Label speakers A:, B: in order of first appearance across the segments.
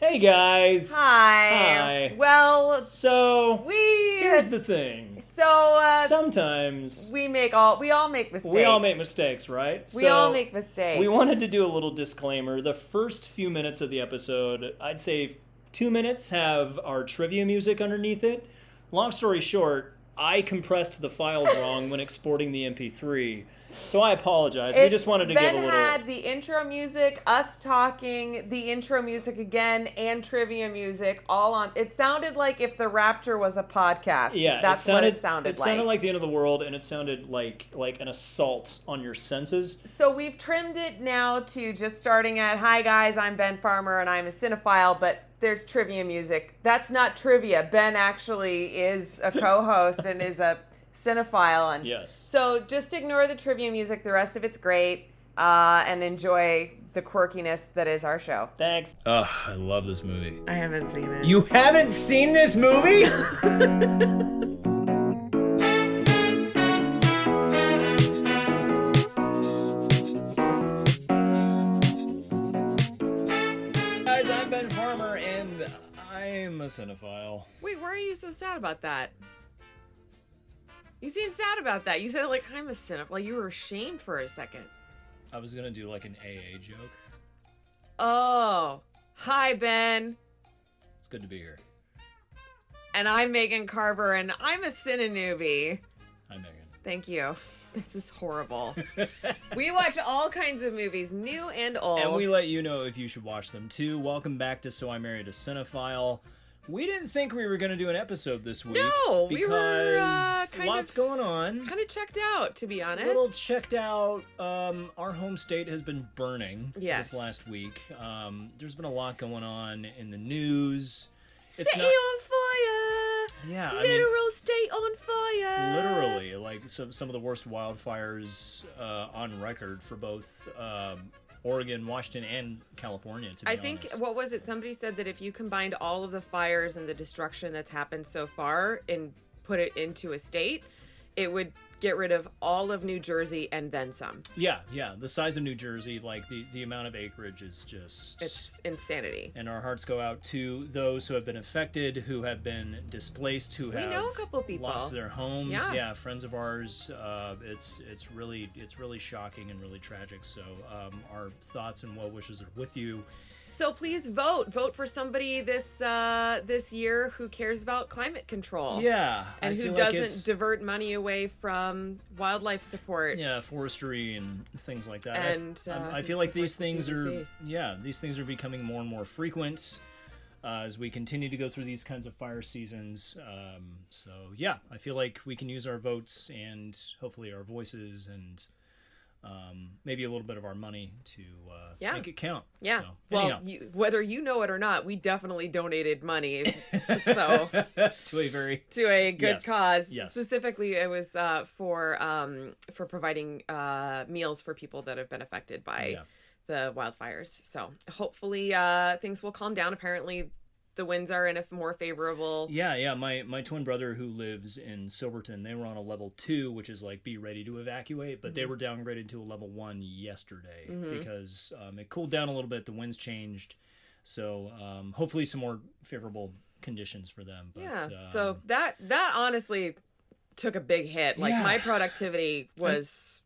A: Hey guys.
B: Hi.
A: Hi.
B: Well,
A: So
B: we
A: here's the thing.
B: so uh,
A: Sometimes
B: we make all we all make mistakes.
A: we all make mistakes, right?
B: We
A: So
B: all make mistakes.
A: We wanted to do a little disclaimer. The first few minutes of the episode, I'd say two minutes, have our trivia music underneath it. Long story short, I compressed the files wrong when exporting the MP3, so I apologize. we
B: It
A: just wanted to
B: then
A: give a little.
B: had the intro music, us talking, the intro music again, and trivia music all on. It sounded like if the Rapture was a podcast.
A: Yeah,
B: that's
A: it sounded,
B: what it sounded like.
A: sounded like the end of the world, and it sounded like like an assault on your senses.
B: So we've trimmed it now to just starting at Hi guys, I'm Ben Farmer and I'm a cinephile, but there's trivia music. That's not trivia. Ben actually is a co-host and is a cinephile and
A: Yes.
B: So just ignore the trivia music. The rest of it's great, uh, and enjoy the quirkiness that is our show.
A: Thanks.
C: Ugh, I love this movie.
B: I haven't seen it.
C: You haven't seen this movie?
A: Guys, I'm Ben Farmer, and I'm a cinephile.
B: Wait, why are you so sad about that? You seem sad about that. You said it like I'm a cinephile. Like you were ashamed for a second.
A: I was gonna do like an AA joke.
B: Oh, hi Ben.
A: It's good to be here.
B: and I'm Megan Carver, and I'm a cine newbie.
A: Hi, Megan.
B: Thank you. This is horrible. we watch all kinds of movies, new and old.
A: And we let you know if you should watch them too. Welcome back to So I Married a Cinephile. We didn't think we were gonna do an episode this week.
B: No, we were, uh,
A: because
B: kind
A: lots
B: of-
A: going on.
B: kind of checked out, to be honest.
A: little checked out. Um, our home state has been burning
B: Yes.
A: this last week. Um, there's been a lot going on in the news.
B: Stay
A: not-
B: on fire.
A: Yeah, I mean-
B: Literal stay on fire.
A: Literally, like some some of the worst wildfires uh, on record for both um, Oregon, Washington, and California. To be
B: I think
A: honest.
B: what was it? Somebody said that if you combined all of the fires and the destruction that's happened so far and put it into a state, it would get rid of all of New Jersey and then some.
A: yeah, yeah, the size of New Jersey, like the the amount of acreage is just
B: It's insanity.
A: and our hearts go out to those who have been affected, who have been displaced, who have
B: know a couple people.
A: lost their homes.
B: Yeah.
A: Yeah, friends of ours. Uh, it's it's really it's really shocking and really tragic. So um, our thoughts and well wishes are with you.
B: So please vote. Vote for somebody this uh, this year who cares about climate control.
A: Yeah,
B: And
A: I
B: who
A: feel like
B: doesn't
A: it's-
B: divert money away from wildlife support.
A: yeah, forestry and things like that. I-
B: And,
A: I'm-
B: uh,
A: I feel like
B: support
A: these
B: the
A: things are
B: CDC.
A: yeah, these things are becoming more and more frequent uh, as we continue to go through these kinds of fire seasons. Um, so yeah, I feel like we can use our votes and hopefully our voices and um, maybe a little bit of our money to uh,
B: Yeah.
A: make it count.
B: Yeah.
A: So,
B: well,
A: anyhow,
B: you, whether you know it or not, we definitely donated money. so
A: to a very
B: to a good
A: Yes.
B: cause.
A: Yes.
B: Specifically, it was uh, for um, for providing uh, meals for people that have been affected by
A: Yeah.
B: the wildfires. So hopefully uh, things will calm down. Apparently, the winds are in a more favorable.
A: Yeah, yeah. My my twin brother who lives in Silverton, they were on a level two, which is like be ready to evacuate, but they
B: Mm-hmm.
A: were downgraded to a level one yesterday because um, it cooled down a little bit. The winds changed, so um, hopefully some more favorable conditions for them. But,
B: Yeah.
A: um,
B: so that that honestly took a big hit. Like
A: Yeah.
B: my productivity was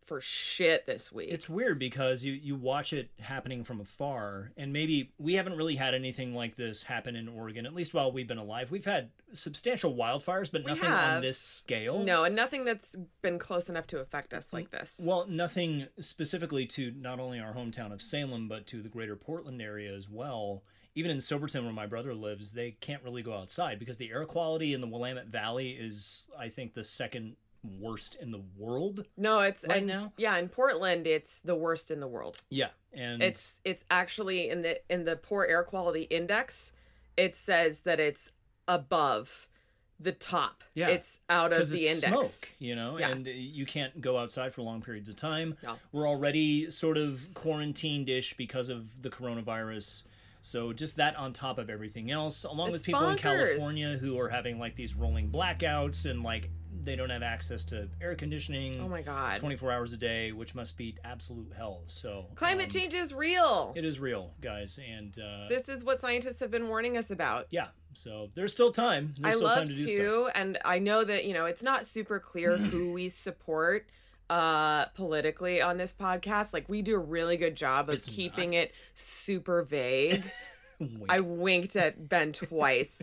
B: for shit this week.
A: it's weird because you you watch it happening from afar and maybe we haven't really had anything like this happen in Oregon at least while we've been alive. We've had substantial wildfires but nothing
B: have.
A: on this scale.
B: no, and nothing that's been close enough to affect us like this.
A: Mm, Well, nothing specifically to not only our hometown of Salem, but to the greater Portland area as well. Even in Silverton, where my brother lives, they can't really go outside because the air quality in the Willamette Valley is, I think, the second worst in the world.
B: no, it's
A: right
B: and-
A: now?
B: Yeah, in Portland, it's the worst in the world.
A: Yeah, and
B: It's it's actually in the in the poor air quality index, it says that it's above the top.
A: Yeah.
B: It's out of
A: because
B: the
A: it's
B: index.
A: smoke, you know,
B: Yeah.
A: and you can't go outside for long periods of time.
B: No.
A: We're already sort of quarantined-ish because of the coronavirus. So just that on top of everything else, along with
B: It's
A: people in
B: bonkers.
A: California who are having like these rolling blackouts and like they don't have access to air conditioning
B: Oh my God.
A: 24 hours a day, which must be absolute hell. So
B: Climate
A: um,
B: change is real.
A: it is real, guys, and uh,
B: This is what scientists have been warning us about.
A: yeah. So there's still time. There's
B: I
A: still
B: love
A: time to do stuff.
B: to, and I know that you know it's not super clear who we support uh politically on this podcast. Like we do a really good job of
A: It's
B: keeping it super vague.
A: Wink.
B: I winked at Ben twice.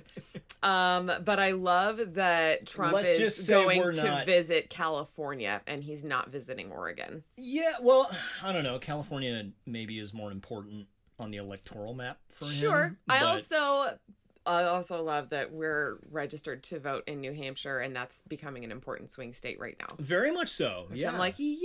B: Um, but I love that Trump
A: Let's
B: is
A: just say
B: going
A: we're
B: to
A: not-
B: visit California and he's not visiting Oregon.
A: Yeah, well, I don't know. California maybe is more important on the electoral map for him.
B: Sure. I
A: but-
B: also I also love that we're registered to vote in New Hampshire and that's becoming an important swing state right now.
A: very much so.
B: Which
A: yeah,
B: I'm like, yes.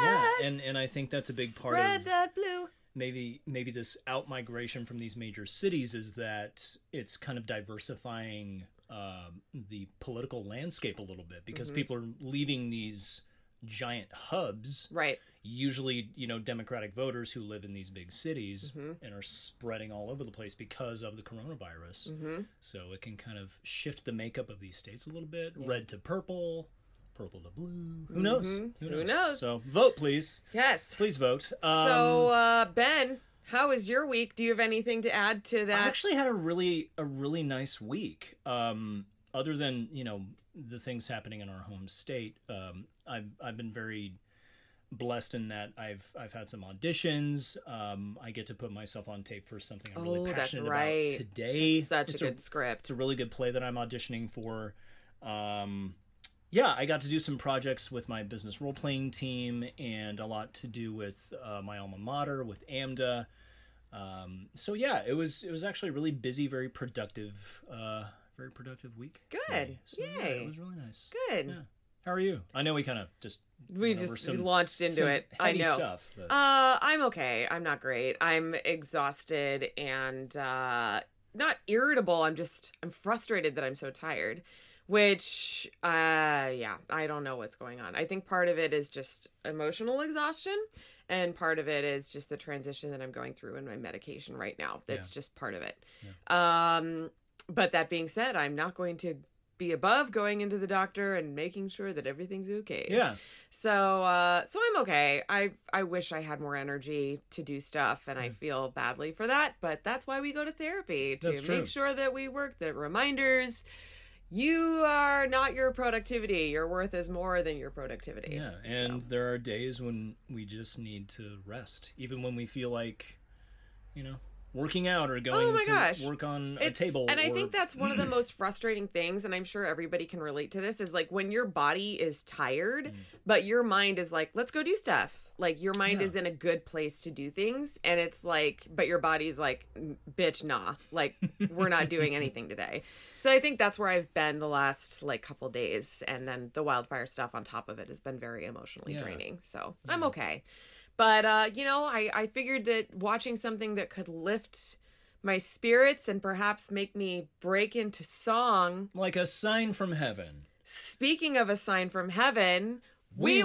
A: yeah, and and I think that's a big part
B: Spread
A: of
B: that blue.
A: maybe maybe this out migration from these major cities is that it's kind of diversifying um, the political landscape a little bit because
B: Mm-hmm.
A: people are leaving these giant hubs
B: Right.
A: usually you know democratic voters who live in these big cities
B: Mm-hmm.
A: and are spreading all over the place because of the coronavirus
B: Mm-hmm.
A: so it can kind of shift the makeup of these states a little bit red to purple purple to blue who knows who knows,
B: Mm-hmm. knows?
A: so vote please
B: Yes.
A: please vote um,
B: so uh Ben, how was your week? Do you have anything to add to
A: I
B: that?
A: actually had a really a really nice week. Um, other than you know the things happening in our home state, um, I've I've been very blessed in that I've I've had some auditions. Um, I get to put myself on tape for something I'm
B: Oh,
A: really
B: that's
A: passionate
B: right.
A: about today.
B: Such
A: It's
B: a good script.
A: it's a really good play that I'm auditioning for. Um, yeah, I got to do some projects with my business role playing team and a lot to do with uh, my alma mater with AMDA. Um, so yeah, it was it was actually a really busy, very productive, uh, very productive week. for
B: Good.
A: me. So, yeah,
B: Yay.
A: it was really nice.
B: Good.
A: Yeah. How are you? I know we kind of just
B: We
A: went over
B: just
A: some-
B: launched into
A: some
B: it. I
A: heady
B: know.
A: stuff. but-
B: Uh, I'm okay. I'm not great. I'm exhausted and uh, not irritable. I'm just I'm frustrated that I'm so tired. Which, uh, yeah, I don't know what's going on. I think part of it is just emotional exhaustion, and part of it is just the transition that I'm going through in my medication right now. That's just part of it. Um, but that being said, I'm not going to be above going into the doctor and making sure that everything's okay.
A: yeah,
B: So uh so I'm okay. I I wish I had more energy to do stuff and I
A: Mm.
B: feel badly for that, but that's why we go to therapy to
A: That's
B: make
A: true.
B: sure that we work the reminders. You are not your productivity. Your worth is more than your productivity.
A: Yeah, and there are days when we just need to rest, even when we feel like, you know, working out or going
B: Oh my
A: to
B: gosh.
A: work on
B: It's-
A: a table.
B: And I
A: or-
B: think that's one of the most frustrating things, and I'm sure everybody can relate to this, is like when your body is tired,
A: Mm.
B: but your mind is like, let's go do stuff. Like your mind
A: Yeah.
B: is in a good place to do things, and it's like, but your body's like, "N- bitch, nah, like we're not doing anything today. So I think that's where I've been the last like couple days, and then the wildfire stuff on top of it has been very emotionally
A: Yeah.
B: draining. So I'm okay, but uh, you know, I I figured that watching something that could lift my spirits and perhaps make me break into song.
A: like a sign from heaven.
B: Speaking of a sign from heaven, we,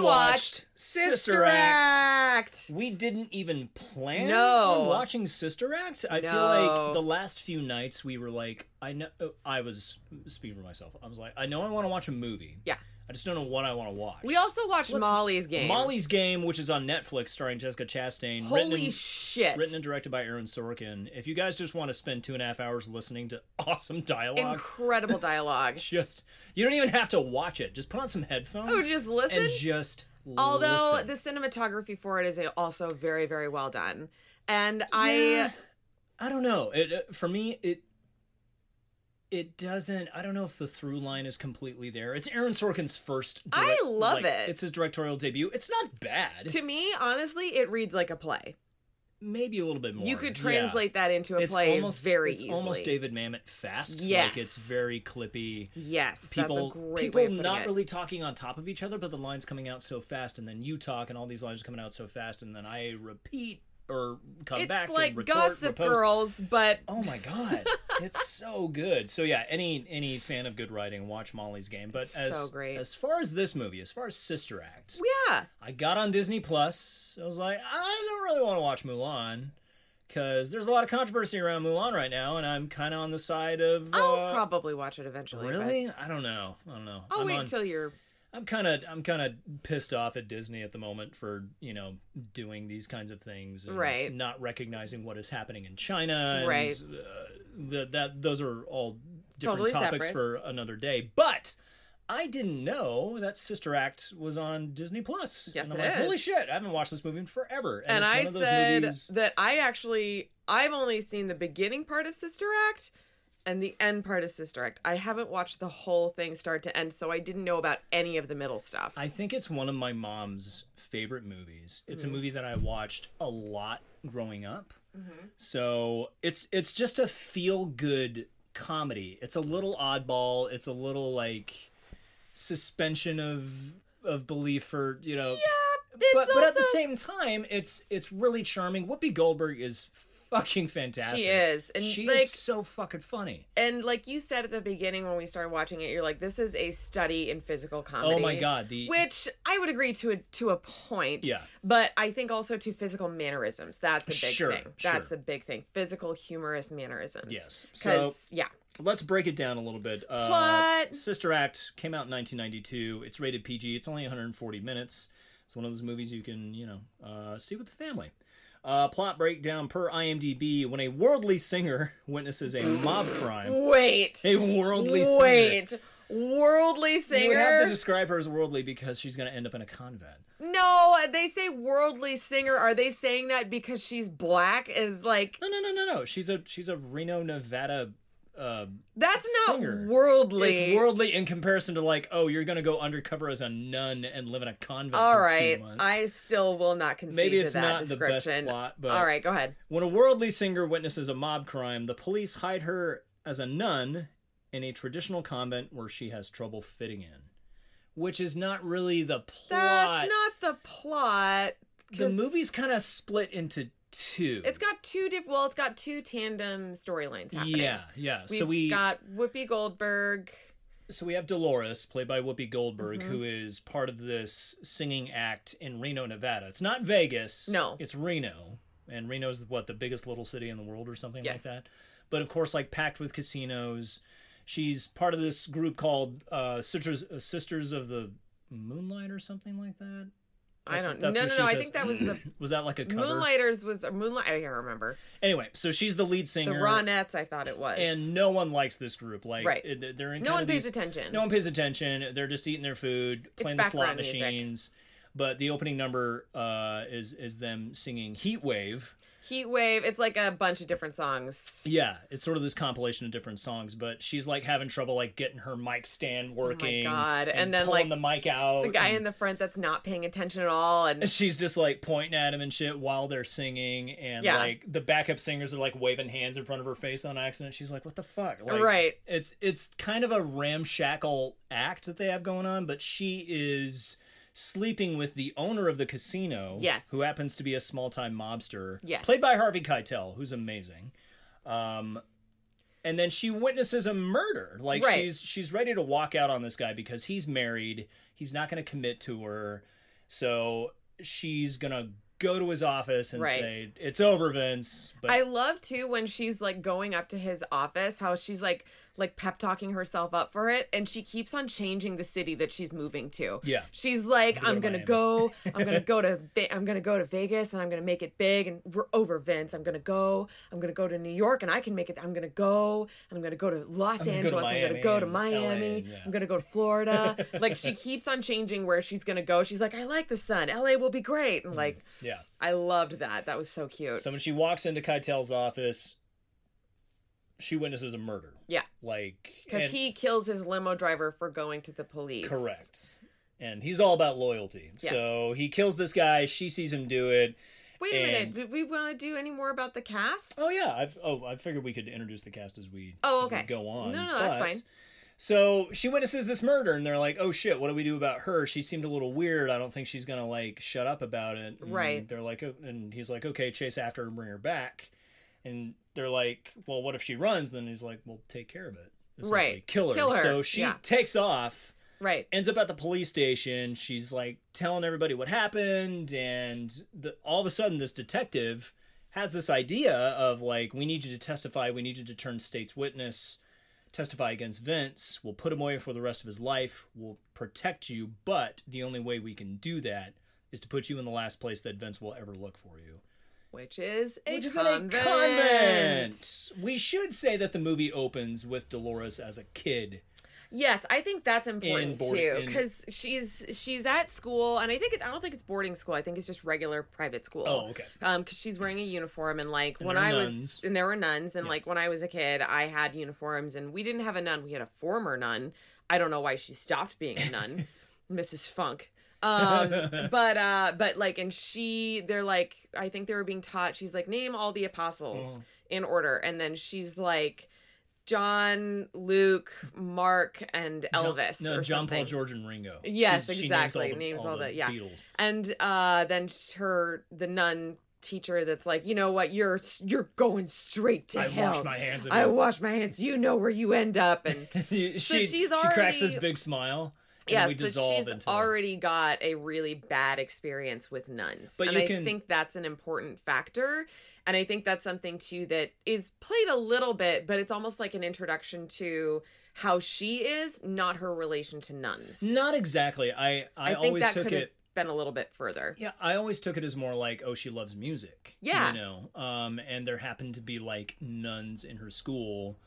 A: We
B: watched
A: watched
B: Sister,
A: Sister
B: Act.
A: We didn't even plan
B: No.
A: on watching Sister Act. I feel
B: No.
A: like the last few nights we were like, I know, I was speaking for myself. I was like, I know I want to watch a movie.
B: Yeah.
A: I just don't know what I want to watch.
B: We also watched
A: Let's-
B: Molly's game.
A: Molly's Game, which is on Netflix, starring Jessica Chastain. written
B: Holy
A: and-
B: shit.
A: written and directed by Aaron Sorkin. If you guys just want to spend two and a half hours listening to awesome dialogue,
B: Incredible dialogue.
A: just you don't even have to watch it. Just put on some headphones.
B: Oh, just listen?
A: and just
B: Although
A: listen.
B: the cinematography for it is also very, very well done. And I
A: I don't know. It uh, for me it it doesn't. I don't know if the through line is completely there. It's Aaron Sorkin's first.
B: I
A: direct-
B: love
A: like,
B: it.
A: It's his directorial debut. It's not bad.
B: to me, honestly, it reads like a play.
A: Maybe a little bit more.
B: You could
A: Yeah.
B: translate that into a
A: It's
B: play
A: almost
B: very
A: It's
B: easily.
A: almost David Mamet fast.
B: Yes.
A: like it's very clippy.
B: Yes,
A: people
B: that's a great
A: people
B: way of putting
A: not
B: it.
A: really talking on top of each other but the lines coming out so fast and then you talk and all these lines are coming out so fast and then i repeat or come
B: it's
A: back
B: like
A: and retort,
B: Gossip
A: riposte.
B: Girls, but
A: oh my god it's so good so yeah any any fan of good writing watch molly's game but as
B: so great.
A: as far as this movie as far as sister act
B: yeah,
A: i got on disney plus i was like i don't really want to watch mulan because there's a lot of controversy around Mulan right now, and I'm kind of on the side of.
B: I'll
A: uh,
B: Oh, probably watch it eventually. but
A: Really? I don't know. I don't know.
B: I'll
A: am
B: wait
A: on,
B: until you're.
A: I'm kind of I'm kind of pissed off at Disney at the moment for you know doing these kinds of things, and
B: Right.
A: Not recognizing what is happening in China, and,
B: Right.
A: Uh, the, that those are all different
B: Totally
A: topics
B: separate.
A: for another day, but. I didn't know that Sister Act was on Disney Plus.
B: Yes,
A: and I'm
B: it
A: like,
B: is.
A: Holy shit! I haven't watched this movie in forever,
B: And,
A: it's
B: I
A: one of those
B: said
A: movies...
B: that I actually I've only seen the beginning part of Sister Act and the end part of Sister Act. I haven't watched the whole thing start to end, so I didn't know about any of the middle stuff.
A: I think it's one of my mom's favorite movies. It's
B: Mm-hmm.
A: a movie that I watched a lot growing up.
B: Mm-hmm.
A: So it's it's just a feel good comedy. It's a little oddball. It's a little like suspension of of belief for you know.
B: it's
A: but but at the
B: also-
A: same time, it's it's really charming. Whoopi Goldberg is fucking fantastic.
B: She is, and
A: she
B: like
A: is so fucking funny.
B: and like you said at the beginning when we started watching it, you're like, this is a study in physical comedy.
A: Oh my god, the
B: Which I would agree to a to a point.
A: Yeah.
B: But I think also to physical mannerisms. That's a big
A: Sure,
B: thing. That's
A: sure.
B: a big thing. Physical humorous mannerisms.
A: Yes. So-
B: Because yeah.
A: Let's break it down a little bit. Uh,
B: Plot.
A: Sister Act came out in 1992. It's rated PG. It's only 140 minutes. It's one of those movies you can, you know, uh, see with the family. Uh, plot breakdown per IMDb: When a worldly singer witnesses a mob crime,
B: Wait.
A: a worldly singer.
B: Wait. Worldly
A: You would have
B: singer?
A: to describe her as worldly because she's going to end up in a convent.
B: no, they say worldly singer. Are they saying that because she's black? Is like
A: No, no, no, no, no. She's a she's a Reno, Nevada. Uh,
B: that's not
A: Singer.
B: worldly.
A: it's worldly in comparison to like, oh, you're going to go undercover as a nun and live in a convent.
B: All
A: for
B: right,
A: two months.
B: I still will not concede
A: Maybe
B: to
A: it's
B: that
A: not the best
B: description.
A: plot, but
B: All right, go ahead.
A: When a worldly singer witnesses a mob crime, the police hide her as a nun in a traditional convent where she has trouble fitting in, which is not really the plot.
B: That's not the plot.
A: the
B: 'cause
A: movie's kind of split into two.
B: It's got two diff. Well, it's got two tandem storylines happening.
A: yeah, yeah.
B: We've
A: so we
B: got Whoopi Goldberg.
A: so we have Dolores, played by Whoopi
B: Mm-hmm.
A: Goldberg, who is part of this singing act in Reno, Nevada. It's not Vegas.
B: No.
A: It's Reno. And Reno's what, the biggest little city in the world or something like
B: Yes.
A: that. But of course, like packed with casinos. She's part of this group called uh, Sisters, uh, Sisters of the Moonlight or something like that.
B: I
A: That's-
B: don't. No,
A: that's
B: no,
A: what she
B: no.
A: says.
B: I think that was the
A: Was that like a cover?
B: Moonlighters was or Moonlight. I can't remember.
A: Anyway, so she's the lead
B: The
A: singer.
B: Ronettes. I thought it was.
A: and no one likes this group. Like,
B: Right.
A: it- they're in
B: no
A: kind
B: one
A: of
B: pays
A: these-
B: attention.
A: No one pays attention. They're just eating their food, playing the slot
B: background music.
A: machines. But the opening number uh, is is them singing Heat Wave.
B: Heat Wave. It's like a bunch of different songs.
A: Yeah, it's sort of this compilation of different songs. But she's like having trouble like getting her mic stand working.
B: Oh God, and then,
A: pulling
B: like,
A: the mic out.
B: The guy
A: and-
B: in the front that's not paying attention at all, and
A: and she's just like pointing at him and shit while they're singing, and
B: Yeah.
A: like the backup singers are like waving hands in front of her face on accident. She's like, "What the fuck?" Like,
B: Right.
A: It's it's kind of a ramshackle act that they have going on, but she is sleeping with the owner of the casino,
B: Yes.
A: who happens to be a small time mobster,
B: Yes.
A: played by Harvey Keitel, who's amazing. Um, and then she witnesses a murder. Like
B: Right.
A: she's she's ready to walk out on this guy because he's married. He's not going to commit to her. So she's gonna go to his office and
B: Right.
A: say, "It's over, Vince." But
B: I love too when she's like going up to his office, how she's like like pep talking herself up for it, and she keeps on changing the city that she's moving to.
A: Yeah.
B: she's like, I'm
A: to
B: gonna
A: Miami."
B: go, I'm gonna go to, Ve- I'm gonna go to Vegas, and I'm gonna make it big, and we're over Vince. I'm gonna go, I'm gonna go to New York, and I can make it. I'm gonna go, and I'm gonna go to Los
A: gonna go to
B: Angeles. I'm
A: Miami
B: gonna go to
A: and LA,
B: Miami.
A: yeah.
B: I'm gonna go to Florida. like she keeps on changing where she's gonna go. She's like, I like the sun. LA will be great, and like.
A: yeah.
B: I loved that. That was so cute.
A: Mm. So when she walks into Keitel's office, she witnesses a murder.
B: yeah.
A: Like
B: Because
A: and-
B: he kills his limo driver for going to the police.
A: correct, and he's all about loyalty.
B: Yes.
A: So he kills this guy. She sees him do it.
B: Wait a
A: And-
B: minute. Did we want to do any more about the cast?
A: Oh yeah, I've oh I figured we could introduce the cast as we
B: Oh,
A: as we
B: okay.
A: go on.
B: No, no, that's
A: but-
B: fine.
A: So she witnesses this murder, and they're like, "Oh shit, what do we do about her? She seemed a little weird. I don't think she's gonna like shut up about it." And
B: Right.
A: They're like, oh, and he's like, "Okay, chase after her and bring her back." And they're like, "Well, what if she runs?" Then he's like, "Well, take care of it. Essentially,
B: Right.
A: Kill her."
B: Kill her,
A: So she
B: yeah.
A: takes off
B: Right.
A: ends up at the police station. She's like telling everybody what happened, and the, all of a sudden, this detective has this idea of like, we need you to testify, we need you to turn state's witness, testify against Vince. We'll put him away for the rest of his life. We'll protect you, but the only way we can do that is to put you in the last place that Vince will ever look for you.
B: which is a
A: Which is in
B: convent.
A: a convent. We should say that the movie opens with Dolores as a kid.
B: Yes, I think that's important
A: board-
B: too,
A: in-
B: because she's she's at school, and I think it, I don't think it's boarding school. I think it's just regular private school.
A: Oh, okay.
B: Um, because she's wearing a uniform, and like when
A: there are
B: I
A: nuns.
B: was, and there were nuns, and like when I was a kid, I had uniforms, and we didn't have a nun. We had a former nun. I don't know why she stopped being a nun, Mrs. Funk. Um, but uh, but like, and she, they're like, I think they were being taught. She's like, name all the apostles
A: Oh.
B: in order, and then she's like. John, Luke, Mark, and Elvis.
A: No,
B: or
A: John
B: something.
A: Paul, George, and Ringo.
B: Yes,
A: She's-
B: exactly.
A: She
B: Names
A: names all the,
B: all
A: the
B: the- yeah.
A: Beatles.
B: And uh, then sh- her, the nun teacher, that's like, you know what, you're s- you're going straight to
A: I
B: hell.
A: wash my hands of
B: I
A: it.
B: wash my hands. You know where you end up, and
A: she,
B: she's
A: she cracks this
B: already-
A: big smile. And
B: yeah,
A: we
B: so
A: dissolve
B: she's
A: into
B: already got a really bad experience with nuns,
A: But
B: and
A: you
B: I
A: can-
B: think that's an important factor. And I think that's something too that is played a little bit, but it's almost like an introduction to how she is, not her relation to nuns.
A: not exactly. I I,
B: I, think
A: always
B: that
A: took
B: could have
A: it.
B: been a little bit further.
A: Yeah, I always took it as more like, oh, she loves music.
B: Yeah.
A: you know. Um, and there happened to be like nuns in her school,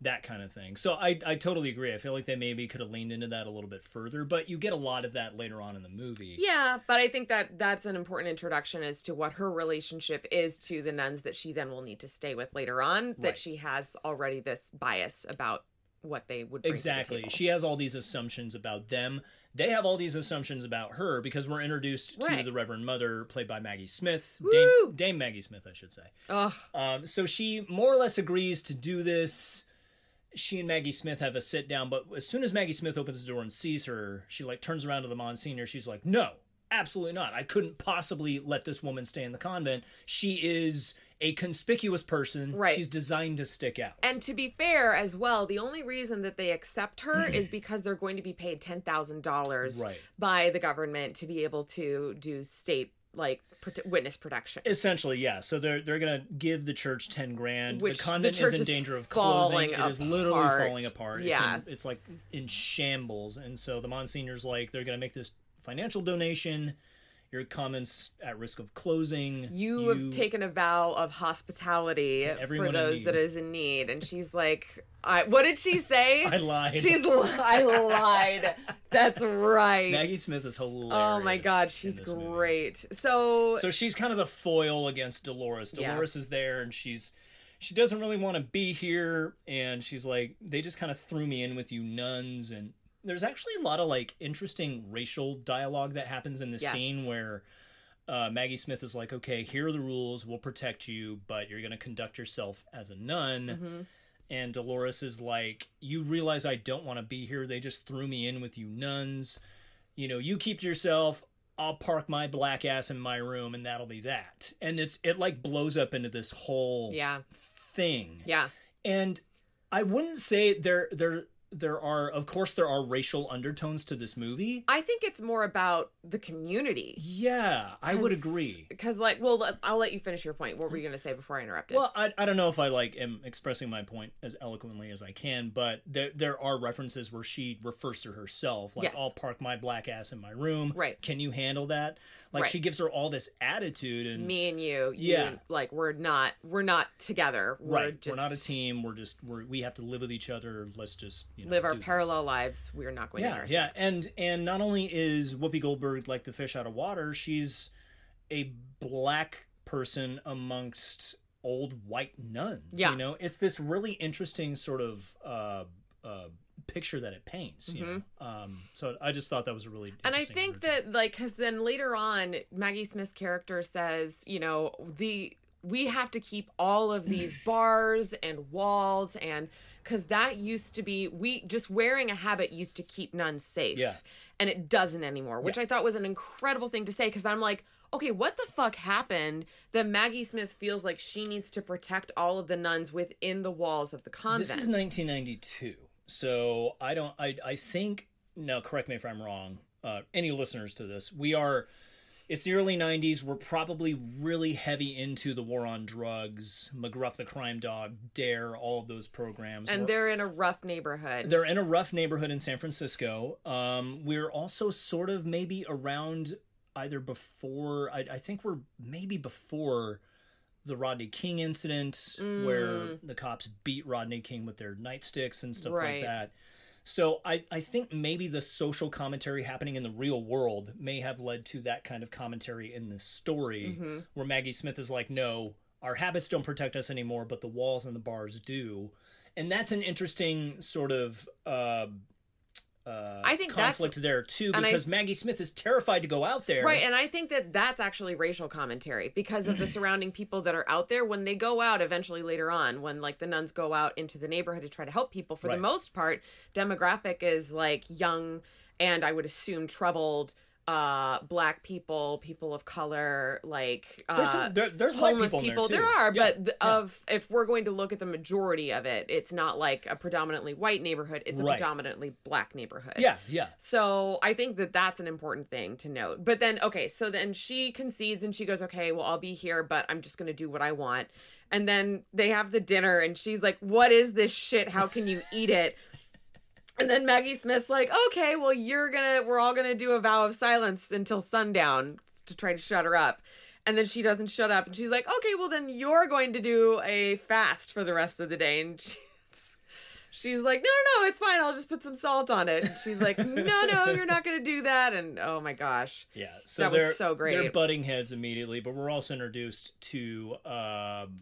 A: that kind of thing. So I I totally agree. I feel like they maybe could have leaned into that a little bit further, but you get a lot of that later on in the movie.
B: Yeah, but I think that that's an important introduction as to what her relationship is to the nuns that she then will need to stay with later on. That
A: Right.
B: she has already this bias about what they would bring to the
A: Exactly.
B: table.
A: She has all these assumptions about them. They have all these assumptions about her because we're introduced to
B: Right.
A: the Reverend Mother, played by Maggie Smith,
B: Woo!
A: Dame, Dame Maggie Smith, I should say.
B: Ugh.
A: Um, so she more or less agrees to do this. She and Maggie Smith have a sit down, but as soon as Maggie Smith opens the door and sees her, she like turns around to the Monsignor. She's like, "No, absolutely not. I couldn't possibly let this woman stay in the convent. She is a conspicuous person.
B: Right.
A: She's designed to stick out."
B: And to be fair as well, the only reason that they accept her is because they're going to be paid ten thousand dollars
A: Right.
B: by the government to be able to do state like prote- witness protection.
A: Essentially, yeah. So they're they're gonna give the church ten grand.
B: Which
A: the
B: the
A: convent is
B: church
A: in
B: is
A: danger of
B: falling
A: closing. It is literally
B: apart.
A: falling apart.
B: Yeah.
A: it's, in, it's like in shambles. And so the monsignor's like, they're gonna make this financial donation. Your comments at risk of closing.
B: you have taken a vow of hospitality
A: everyone
B: for
A: in
B: those that
A: need.
B: is in need and she's like i what did she say
A: I lied.
B: she's li- i lied that's right
A: Maggie Smith is hilarious.
B: oh my
A: in
B: god she's
A: this movie.
B: great so,
A: So she's kind of the foil against Dolores.
B: Yeah.
A: Dolores is there and she's she doesn't really want to be here and she's like they just kind of threw me in with you nuns and there's actually a lot of like interesting racial dialogue that happens in this
B: Yes.
A: scene where uh, Maggie Smith is like, okay, here are the rules. We'll protect you, but you're going to conduct yourself as a nun.
B: Mm-hmm.
A: And Dolores is like, you realize I don't want to be here. They just threw me in with you nuns you know, you keep to yourself. I'll park my black ass in my room, and that'll be that. And it's it like blows up into this whole
B: yeah
A: thing.
B: yeah
A: And I wouldn't say there there there are of course there are racial undertones to this movie.
B: i think it's more about the community
A: Yeah, I would agree.
B: because like well i'll let you finish your point what were you going to say before i interrupted
A: Well, I, I don't know if I like am expressing my point as eloquently as I can, but there there are references where she refers to herself like
B: Yes.
A: I'll park my black ass in my room.
B: Right.
A: Can you handle that? Like
B: Right.
A: she gives her all this attitude and
B: me and you,
A: Yeah.
B: yeah you, like we're not we're not together we're
A: right
B: just
A: we're not a team we're just we're, we have to live with each other let's just you know,
B: live our
A: do this.
B: parallel lives we're not going to
A: yeah
B: nurse
A: yeah and and not only is whoopi goldberg like the fish out of water she's a black person amongst old white nuns
B: Yeah.
A: you know it's this really interesting sort of uh uh picture that it paints you know um so i just thought that was a really
B: Mm-hmm. and I
A: interesting
B: think
A: version.
B: that like because then later on Maggie Smith's character says, you know, the we have to keep all of these bars and walls and because that used to be we just wearing a habit used to keep nuns safe
A: Yeah.
B: and it doesn't anymore which i thought was an incredible thing to say because i'm like okay what the fuck happened that maggie smith feels like she needs to protect all of the nuns within the walls of the convent
A: This is 1992. So I don't. I I think now. Correct me if I'm wrong. Uh, any listeners to this, we are. It's the early 90s. We're probably really heavy into the war on drugs, McGruff the Crime Dog, DARE, E, all of those programs.
B: And
A: We're-
B: they're in a rough neighborhood.
A: they're in a rough neighborhood in San Francisco. Um, we're also sort of maybe around either before, I, I think we're maybe before the Rodney King incident where the cops beat Rodney King with their nightsticks and stuff
B: Right.
A: like that. So I, I think maybe the social commentary happening in the real world may have led to that kind of commentary in this story where Maggie Smith is like, no, our habits don't protect us anymore, but the walls and the bars do. And that's an interesting sort of uh, uh,
B: I think that's-
A: conflict there too,
B: and I-
A: because Maggie Smith is terrified to go out there.
B: Right, and I think that that's actually racial commentary because of the surrounding people that are out there. When they go out eventually later on, when like the nuns go out into the neighborhood to try to help people, for
A: Right.
B: the most part, demographic is like young and I would assume troubled uh black people people of color like uh
A: There's, some, there, there's white
B: homeless
A: people.
B: people,
A: in there, too.
B: there, are
A: Yeah.
B: but th- of if we're going to look at the majority of it it's not like a predominantly white neighborhood it's a
A: Right.
B: predominantly black neighborhood
A: yeah, yeah.
B: so I think that that's an important thing to note. But then, okay, so then she concedes and she goes, okay, well, I'll be here, but I'm just going to do what I want. And then they have the dinner and she's like, what is this shit? How can you eat it? And then Maggie Smith's like, okay, well, you're going to, we're all going to do a vow of silence until sundown to try to shut her up. And then she doesn't shut up. And she's like, okay, well, then you're going to do a fast for the rest of the day. And she's, she's like, no, no, no, it's fine. I'll just put some salt on it. And she's like, no, no, you're not going to do that. And oh my gosh.
A: Yeah, so
B: That was
A: they're,
B: so great.
A: They're butting heads immediately, but we're also introduced to um,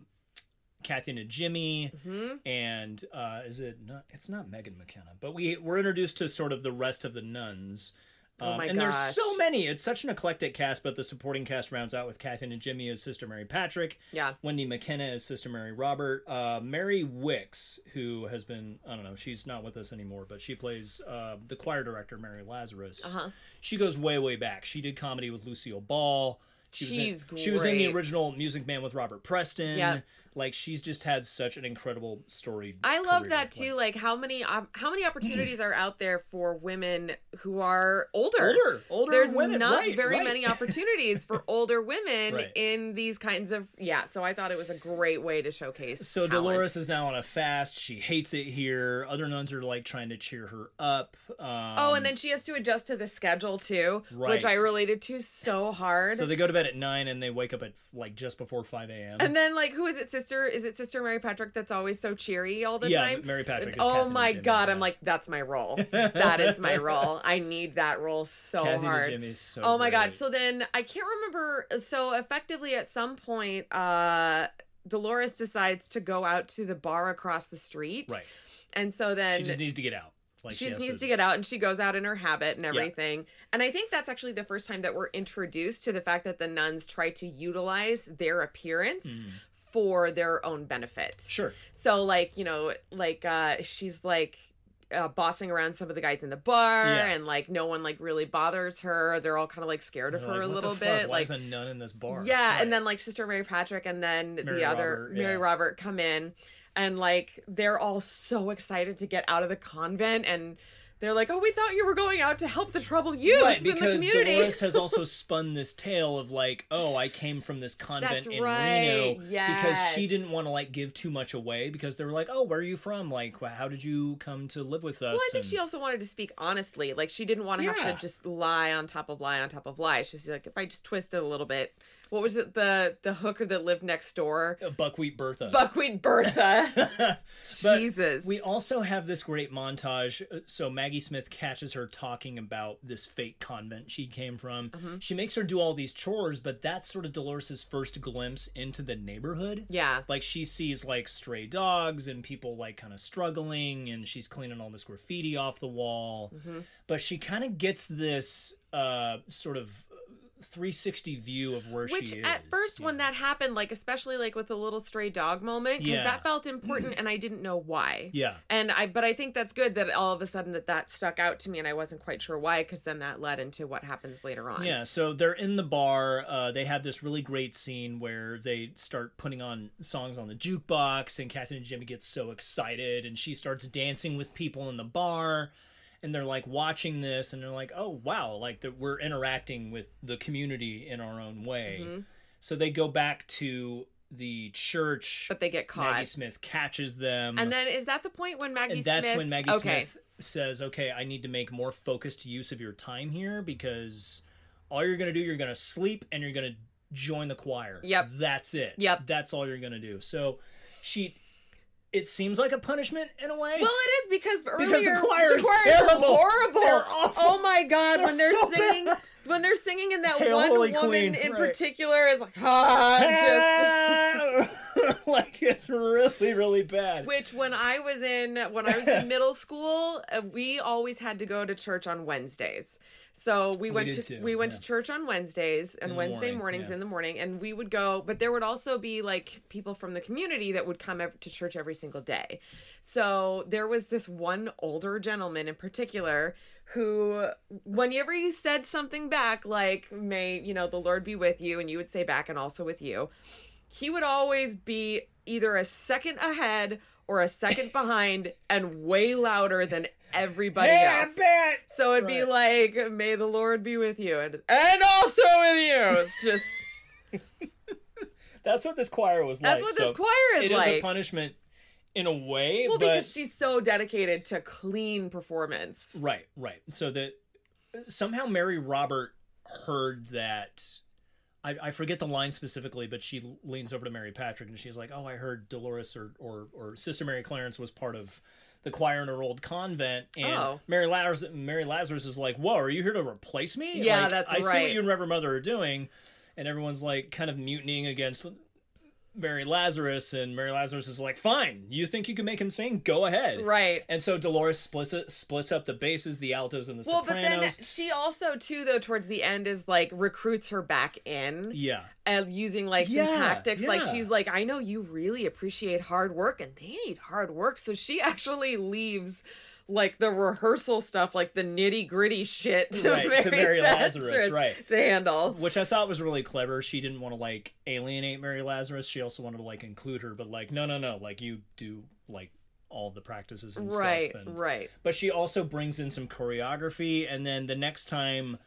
A: Kathy and Jimmy,
B: Mm-hmm.
A: and uh, is it not? It's not Megan McKenna, but we we're introduced to sort of the rest of the nuns. Um,
B: Oh my
A: and there's
B: gosh.
A: so many. It's such an eclectic cast, but the supporting cast rounds out with Kathy and Jimmy as Sister Mary Patrick.
B: Yeah.
A: Wendy McKenna as Sister Mary Robert. Uh, Mary Wicks, who has been, I don't know, she's not with us anymore, but she plays uh, the choir director, Mary Lazarus.
B: Uh-huh.
A: She goes way, way back. She did comedy with Lucille Ball. She
B: She's
A: was in, She was in the
B: great.
A: original Music Man with Robert Preston.
B: Yeah.
A: Like, she's just had such an incredible story.
B: I love
A: career.
B: that too.
A: Like,
B: Like how many um, how many opportunities are out there for women who are older?
A: older, older
B: There's
A: women.
B: not
A: right,
B: very
A: right.
B: many opportunities for older women
A: Right.
B: in these kinds of yeah. So I thought it was a great way to showcase.
A: So
B: talent.
A: Dolores is now on a fast. She hates it here. Other nuns are like trying to cheer her up. Um,
B: Oh, and then she has to adjust to the schedule too, which I
A: Right.
B: related to so hard.
A: Um, So they go to bed at nine and they wake up at like just before five a.m.
B: and then like who is it sister is it sister mary patrick that's always so cheery all the
A: Yeah,
B: time
A: Mary Patrick is
B: oh
A: Kathy and
B: my
A: Jimmy,
B: god i'm
A: yeah.
B: like that's my role that is my role i need that role so
A: Kathy and
B: hard
A: Jimmy is so
B: oh my god
A: great.
B: so then i can't remember so effectively at some point uh dolores decides to go out to the bar across the street
A: right,
B: and so then
A: she just needs to get out. Like
B: she
A: has
B: just needs to get out and she goes out in her habit and everything. And I think that's actually the first time that we're introduced to the fact that the nuns try to utilize their appearance
A: Mm.
B: for their own benefit.
A: Sure,
B: So like, you know, like uh she's like uh, bossing around some of the guys in the bar
A: Yeah.
B: and like no one like really bothers her. They're all kind of like scared of
A: They're
B: her
A: like,
B: a
A: "What the
B: little
A: fuck?
B: bit
A: Why
B: like
A: is a nun in this bar?
B: yeah, and
A: Right.
B: then like Sister Mary Patrick and then
A: Mary
B: the other
A: Robert,
B: Mary
A: yeah.
B: Robert come in and like they're all so excited to get out of the convent and they're like, "Oh, we thought you were going out to help the troubled youth
A: Right,
B: in the
A: because
B: community."
A: Dolores has also spun this tale of like, oh, I came from this convent
B: That's
A: in
B: right,
A: Reno because she
B: yes.
A: didn't want to like give too much away because they were like, oh, where are you from? Like, wh- how did you come to live with us?
B: well, I think
A: And-
B: she also wanted to speak honestly. Like she didn't want to have
A: Yeah.
B: to just lie on top of lie on top of lie. She's like, "If I just twist it a little bit." What was it? The the hooker that lived next door,
A: Uh, Buckwheat Bertha.
B: Buckwheat Bertha.
A: But
B: Jesus.
A: We also have this great montage. uh, So Maggie Smith catches her talking about this fake convent she came from.
B: Mm-hmm.
A: She makes her do all these chores, but that's sort of Dolores' first glimpse into the neighborhood.
B: yeah.
A: Like she sees like stray dogs and people like kind of struggling, and she's cleaning all this graffiti off the wall.
B: Mm-hmm.
A: But she kind of gets this uh, sort of 360 view of where
B: Which
A: she is.
B: at first,
A: you
B: when
A: know?
B: that happened, like especially like with the little stray dog moment, because
A: Yeah.
B: that felt important, and I didn't know why.
A: yeah,
B: And I, but I think that's good that all of a sudden that that stuck out to me, and I wasn't quite sure why, because then that led into what happens later on.
A: Yeah, so they're in the bar. Uh, they have this really great scene where they start putting on songs on the jukebox, and Catherine and Jimmy get so excited, and she starts dancing with people in the bar. and they're like watching this and they're like, oh wow, like that we're interacting with the community in our own way.
B: Mm-hmm.
A: So they go back to the church.
B: But they get caught.
A: Maggie Smith catches them,
B: And then is that the point when Maggie
A: and that's
B: Smith?
A: when Maggie
B: okay.
A: Smith says, "Okay, I need to make more focused use of your time here because all you're gonna do, you're gonna sleep and you're gonna join the choir.
B: Yep.
A: that's it.
B: Yep.
A: that's all you're gonna do." So she, it seems like a punishment in a way.
B: Well, it is because earlier
A: the choir is
B: are
A: terrible.
B: horrible.
A: They're awful.
B: Oh my god, when
A: They're
B: they're
A: so
B: singing, when they're singing, and that
A: Hail,
B: one
A: Holy
B: woman
A: Queen,
B: in
A: right.
B: particular is like, ah, just.
A: like it's really, really bad.
B: Which when I was in when I was in middle school, uh, we always had to go to church on Wednesdays. So we went
A: did
B: to
A: too,
B: we went
A: yeah.
B: to church on Wednesdays and
A: the
B: Wednesday
A: morning,
B: mornings
A: yeah.
B: in the morning, and we would go. But there would also be like people from the community that would come ev- to church every single day. So there was this one older gentleman in particular who whenever you said something back like may you know the lord be with you and you would say back and also with you he would always be either a second ahead or a second behind and way louder than everybody else. So it'd be like, "May the Lord be with you," and and also with you. It's just
A: That's what this choir was like.
B: that's what
A: so
B: this choir is
A: It is
B: like.
A: a punishment in a way,
B: well,
A: but
B: because she's so dedicated to clean performance.
A: Right, right. So that somehow Mary Robert heard that. I, I forget the line specifically, but she leans over to Mary Patrick and she's like, "Oh, I heard Dolores or or, or Sister Mary Clarence was part of the choir in her old convent." And
B: Oh.
A: Mary Lazarus, Mary Lazarus is like, "Whoa, are you here to replace me?"
B: Yeah,
A: Like,
B: that's
A: I see
B: right.
A: what you and Reverend Mother are doing, and everyone's like kind of mutinying against Mary Lazarus, and Mary Lazarus is like, "Fine, you think you can make him sing? Go ahead."
B: Right.
A: And so Dolores splits it, splits up the basses, the altos, and the
B: Well, but
A: sopranos.
B: then she also too though towards the end is like recruits her back in.
A: yeah,
B: and using like
A: Yeah,
B: some tactics. Like
A: yeah.
B: she's like, I know you really appreciate hard work, and they need hard work. So she actually leaves like the rehearsal stuff, like the nitty gritty shit to
A: Right,
B: Mary,
A: to Mary Lazarus,
B: Lazarus
A: right.
B: to handle.
A: which I thought was really clever. She didn't want to like alienate Mary Lazarus. She also wanted to like include her, but like, no, no, no, like you do like all the practices and
B: Right,
A: stuff. and-
B: right.
A: But she also brings in some choreography, and then the next time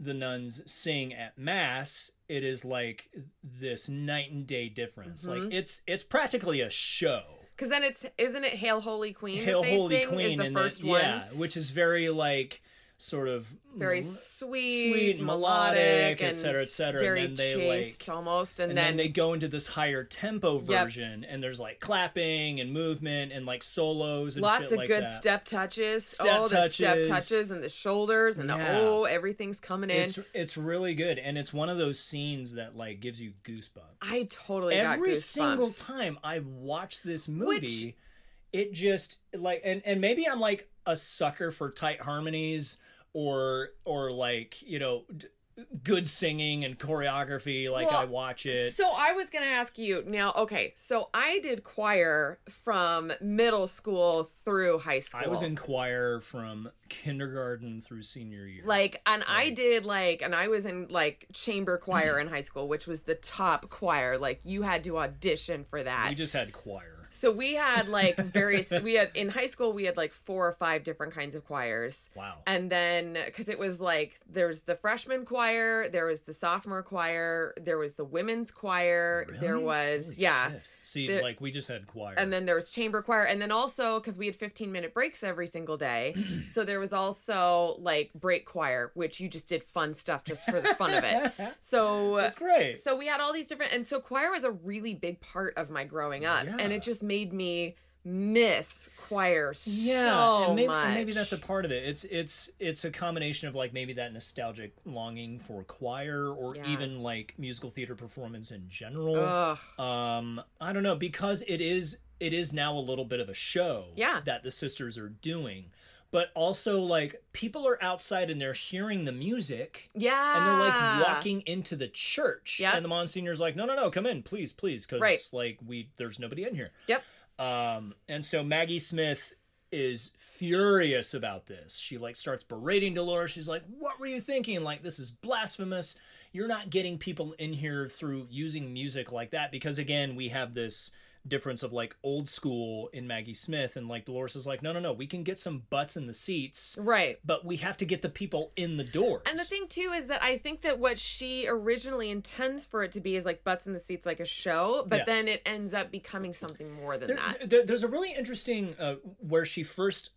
A: the nuns sing at mass, it is like this night and day difference.
B: Mm-hmm.
A: Like it's it's practically a show.
B: Because then it's isn't it Hail Holy Queen?
A: Hail
B: that they
A: Holy
B: sing
A: Queen
B: is the
A: and
B: first
A: then,
B: one.
A: yeah, which is very like sort of mm,
B: Very
A: mel-
B: sweet,
A: sweet, melodic,
B: melodic,
A: et
B: and
A: cetera, et cetera, and
B: Very
A: then they,
B: chaste,
A: like-
B: almost, and,
A: and then, they go into this higher tempo
B: Yep.
A: version and there's like clapping and movement and like solos and
B: lots
A: shit
B: of
A: like
B: good
A: that.
B: step touches.
A: Step
B: oh, the step
A: touches.
B: touches and the shoulders, and
A: Yeah.
B: the oh, everything's coming in.
A: It's it's really good and it's one of those scenes that like gives you goosebumps.
B: I totally got
A: Every
B: goosebumps.
A: single time I watch this movie, it just like and and maybe I'm like a sucker for tight harmonies or or like, you know, d- good singing and choreography like
B: Well,
A: I watch it.
B: So I was gonna ask you now. Okay, so I did choir from middle school through high school.
A: I was in choir from kindergarten through senior year.
B: like, and I did like, and I was in like chamber choir in high school, which was the top choir. Like you had to audition for that.
A: we just had choir.
B: so we had like various. we had in high school we had like four or five different kinds of choirs.
A: Wow.
B: And then, because it was like there's the freshman choir, there was the sophomore choir, there was the women's choir, there
A: Really?
B: was,
A: Holy
B: yeah.
A: shit. See,
B: There-
A: like we just had choir.
B: And then there was chamber choir. And then also, because we had 15 minute breaks every single day. so there was also like break choir, which you just did fun stuff just for the fun of it. So
A: That's great.
B: so we had all these different, and so choir was a really big part of my growing up,
A: Yeah.
B: and it just made me miss choir so
A: and maybe,
B: much.
A: and maybe that's a part of it. It's it's it's a combination of like maybe that nostalgic longing for choir or
B: Yeah.
A: even like musical theater performance in general.
B: Ugh.
A: Um, I don't know because it is it is now a little bit of a show.
B: Yeah.
A: that the sisters are doing, but also like people are outside and they're hearing the music.
B: yeah,
A: And they're like walking into the church,
B: Yep.
A: and the monsignor's like, "No, no, no, come in, please, please," because
B: Right.
A: like we there's nobody in here.
B: Yep.
A: Um, and so Maggie Smith is furious about this. She like starts berating Dolores. She's like, "What were you thinking? Like this is blasphemous. You're not getting people in here through using music like that because again, we have this difference of like old school in Maggie Smith and like Dolores is like, no, no, no, we can get some butts in the seats,
B: Right.
A: but we have to get the people in the doors.
B: And the thing too is that I think that what she originally intends for it to be is like butts in the seats, like a show, but
A: Yeah.
B: then it ends up becoming something more than
A: There-
B: that.
A: there- there's a really interesting uh, where she first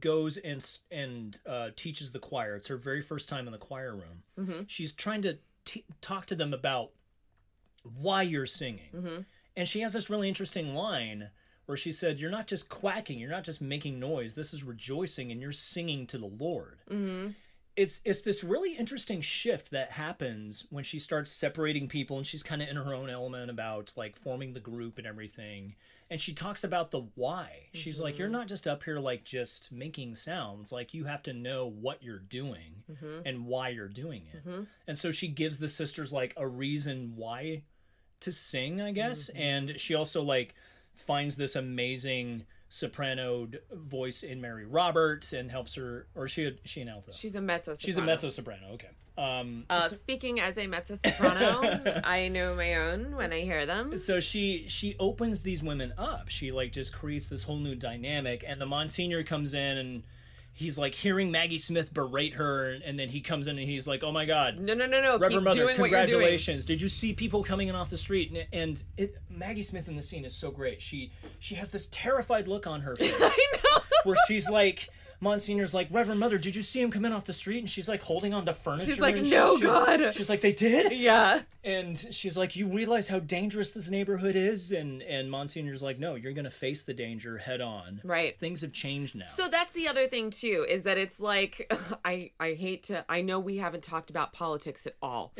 A: goes and s- and uh, teaches the choir. It's her very first time in the choir room.
B: Mm-hmm.
A: She's trying to t- talk to them about why you're singing,
B: Mm-hmm.
A: and she has this really interesting line where she said, "You're not just quacking. You're not just making noise. This is rejoicing, and you're singing to the Lord." It's, it's this really interesting shift that happens when she starts separating people and she's kind of in her own element about like forming the group and everything and she talks about the why. She's like, you're not just up here like just making sounds. Like you have to know what you're doing and why you're doing it. And so she gives the sisters like a reason why to sing, I guess. And she also like finds this amazing sopranoed voice in Mary Roberts and helps her, or she she and Alto.
B: She's a mezzo.
A: She's a mezzo soprano. Okay. Um,
B: Uh, speaking as a mezzo soprano, I know my own when I hear them.
A: so she she opens these women up she like just creates this whole new dynamic and the monsignor comes in and he's like hearing maggie smith berate her and, and then he comes in and he's like oh my god
B: No, no, no, no.
A: Reverend
B: Keep
A: Mother,
B: doing what you're doing.
A: congratulations! Did you see people coming in off the street? And, and it, Maggie Smith in the scene is so great. She she has this terrified look on her face, where she's like, Monsignor's like, Reverend Mother, did you see him come in off the street? And she's like holding on to furniture.
B: She's like,
A: and
B: "No,
A: she's,
B: God."
A: She's like, they did
B: Yeah.
A: and she's like, "You realize how dangerous this neighborhood is?" And and Monsignor's like, "No, you're gonna face the danger head on."
B: Right.
A: Things have changed now.
B: So that's the other thing too is that it's like I I hate to I know we haven't talked about politics at all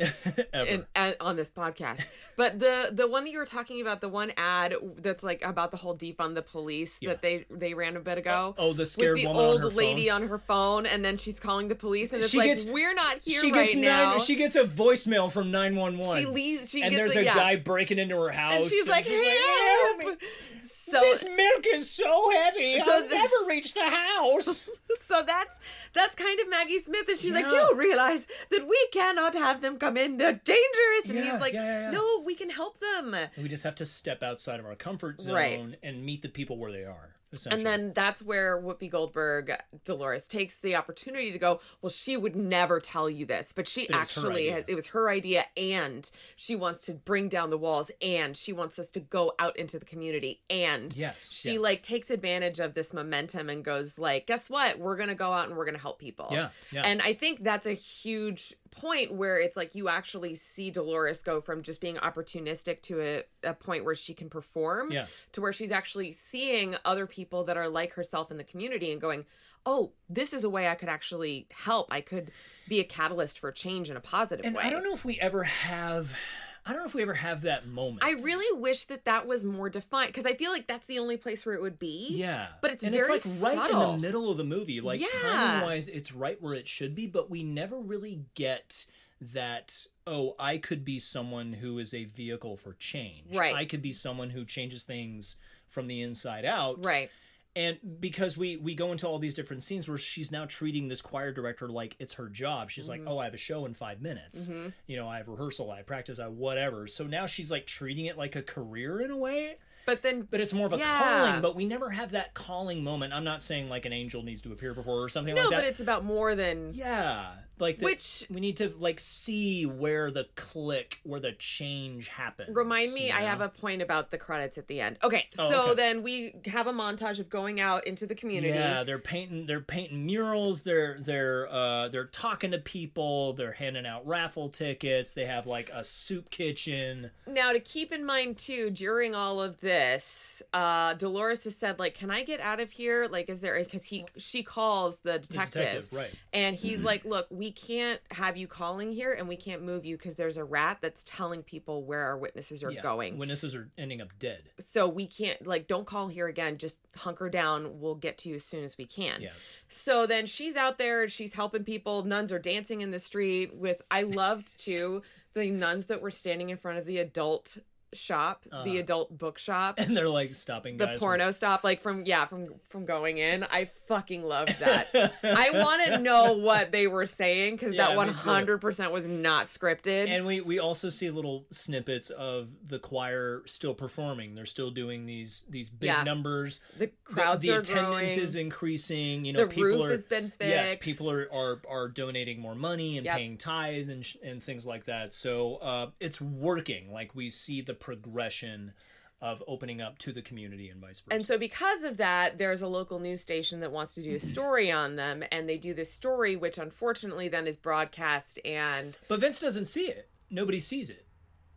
B: in, uh, on this podcast, but the the one that you were talking about the one ad that's like about the whole defund the police that they they ran a bit ago.
A: oh, the scared
B: with the
A: woman on
B: old
A: her
B: lady
A: phone.
B: on her phone, and then she's calling the police, and it's
A: She
B: like
A: gets-
B: we're not here
A: she
B: right
A: gets
B: now.
A: nine, she gets a voicemail from nine one one.
B: She leaves- she
A: and
B: gets
A: there's
B: a-
A: a
B: yeah.
A: guy breaking into her house.
B: and she's like,
A: "Help
B: help!
A: me.
B: So
A: This milk is so heavy.
B: So
A: I'll
B: the-
A: never reach the house."
B: So that's that's kind of Maggie Smith, and she's like, "Do
A: Yeah.
B: you realize that we cannot have them come in? They're dangerous." And
A: Yeah,
B: he's like,
A: yeah, yeah, yeah.
B: "No, we can help them."
A: we just have to step outside of our comfort zone
B: Right.
A: and meet the people where they are. Essentially.
B: And then that's where Whoopi Goldberg, Dolores, takes the opportunity to go, Well, she would never tell you this, but she
A: was her
B: actually
A: idea.
B: has, it was her idea, and she wants to bring down the walls, and she wants us to go out into the community. And
A: Yes,
B: she
A: yeah.
B: like takes advantage of this momentum and goes, like, Guess what? We're going to go out and we're going to help people.
A: Yeah, yeah.
B: And I think that's a huge point where it's like you actually see Dolores go from just being opportunistic to a, a point where she can perform
A: Yeah.
B: to where she's actually seeing other people that are like herself in the community and going, "Oh, this is a way I could actually help. I could be a catalyst for change in a positive
A: and
B: way."
A: I don't know if we ever have. I don't know if we ever have that moment.
B: I really wish that that was more defined because I feel like that's the only place where it would be.
A: Yeah.
B: but it's
A: and
B: very
A: it's like right
B: subtle.
A: in the middle of the movie. Like
B: Yeah.
A: timing wise, it's right where it should be, but we never really get that oh, I could be someone who is a vehicle for change.
B: Right.
A: I could be someone who changes things from the inside out.
B: Right.
A: And because we we go into all these different scenes where she's now treating this choir director like it's her job. She's
B: Mm-hmm.
A: like, "Oh, I have a show in 5 minutes. You know, I have rehearsal, I practice, I whatever." So now she's like treating it like a career in a way
B: But then
A: but it's more of a
B: Yeah.
A: calling but we never have that calling moment i'm not saying like an angel needs to appear before or something
B: no,
A: like that
B: but it's about more than
A: yeah like the,
B: Which-
A: we need to like see where the click where the change happens
B: Remind me,
A: you
B: I
A: know?
B: have a point about the credits at the end. Okay,
A: Oh,
B: so
A: okay.
B: then we have a montage of going out into the community.
A: yeah they're painting they're painting murals they're they're uh they're talking to people they're handing out raffle tickets they have like a soup kitchen
B: Now, to keep in mind too, during all of this, uh, Dolores has said, "Like, can I get out of here? Like, is there?" Because he she calls the
A: The
B: detective,
A: detective right Mm-hmm.
B: and he's like, "Look, we can't have you calling here, and we can't move you because there's a rat that's telling people where our witnesses are
A: Yeah.
B: going.
A: witnesses are ending up dead
B: So we can't like, don't call here again. Just hunker down. We'll get to you as soon as we can."
A: yeah
B: So then she's out there and she's helping people. Nuns are dancing in the street with I loved too the nuns that were standing in front of the adult shop, the adult bookshop,
A: and they're like stopping
B: the
A: Uh-huh. guys from-
B: porno stop, like from yeah, from from going in. I fucking loved that. I want to know what they were saying because
A: Yeah,
B: that
A: me
B: one
A: too.
B: hundred percent was not scripted.
A: and we we also see little snippets of the choir still performing they're still doing these these big
B: Yeah.
A: numbers
B: the crowds
A: the, the
B: are
A: attendance
B: growing.
A: is increasing you know
B: The
A: people
B: roof
A: are
B: has been
A: yes
B: fixed.
A: people are, are are donating more money and
B: Yep.
A: paying tithe and sh- and things like that so uh it's working like we see the progression of opening up to the community and vice versa
B: And so, because of that, there's a local news station that wants to do a
A: Mm-hmm.
B: story on them, and they do this story, which unfortunately then is broadcast. And
A: but vince doesn't see it nobody sees it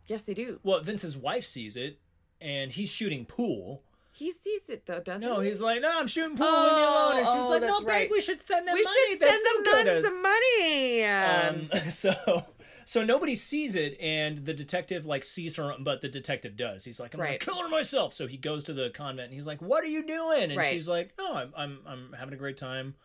B: yes, they do.
A: well vince's wife sees it and he's shooting pool
B: He sees it though, doesn't
A: No,
B: he?
A: he's like, no, I'm shooting pool.
B: Oh,
A: leave me alone. And she's
B: oh,
A: like,
B: that's
A: no, babe,
B: right.
A: we should send them
B: we
A: money.
B: should
A: That's
B: send
A: so
B: the
A: good of-"
B: nuns some money. Um,
A: Um, so, so nobody sees it, and the detective like sees her, but the detective does. He's like, I'm gonna
B: Right.
A: kill her myself. So he goes to the convent, and he's like, What are you doing? And
B: Right.
A: she's like, No, I'm, I'm, I'm having a great time.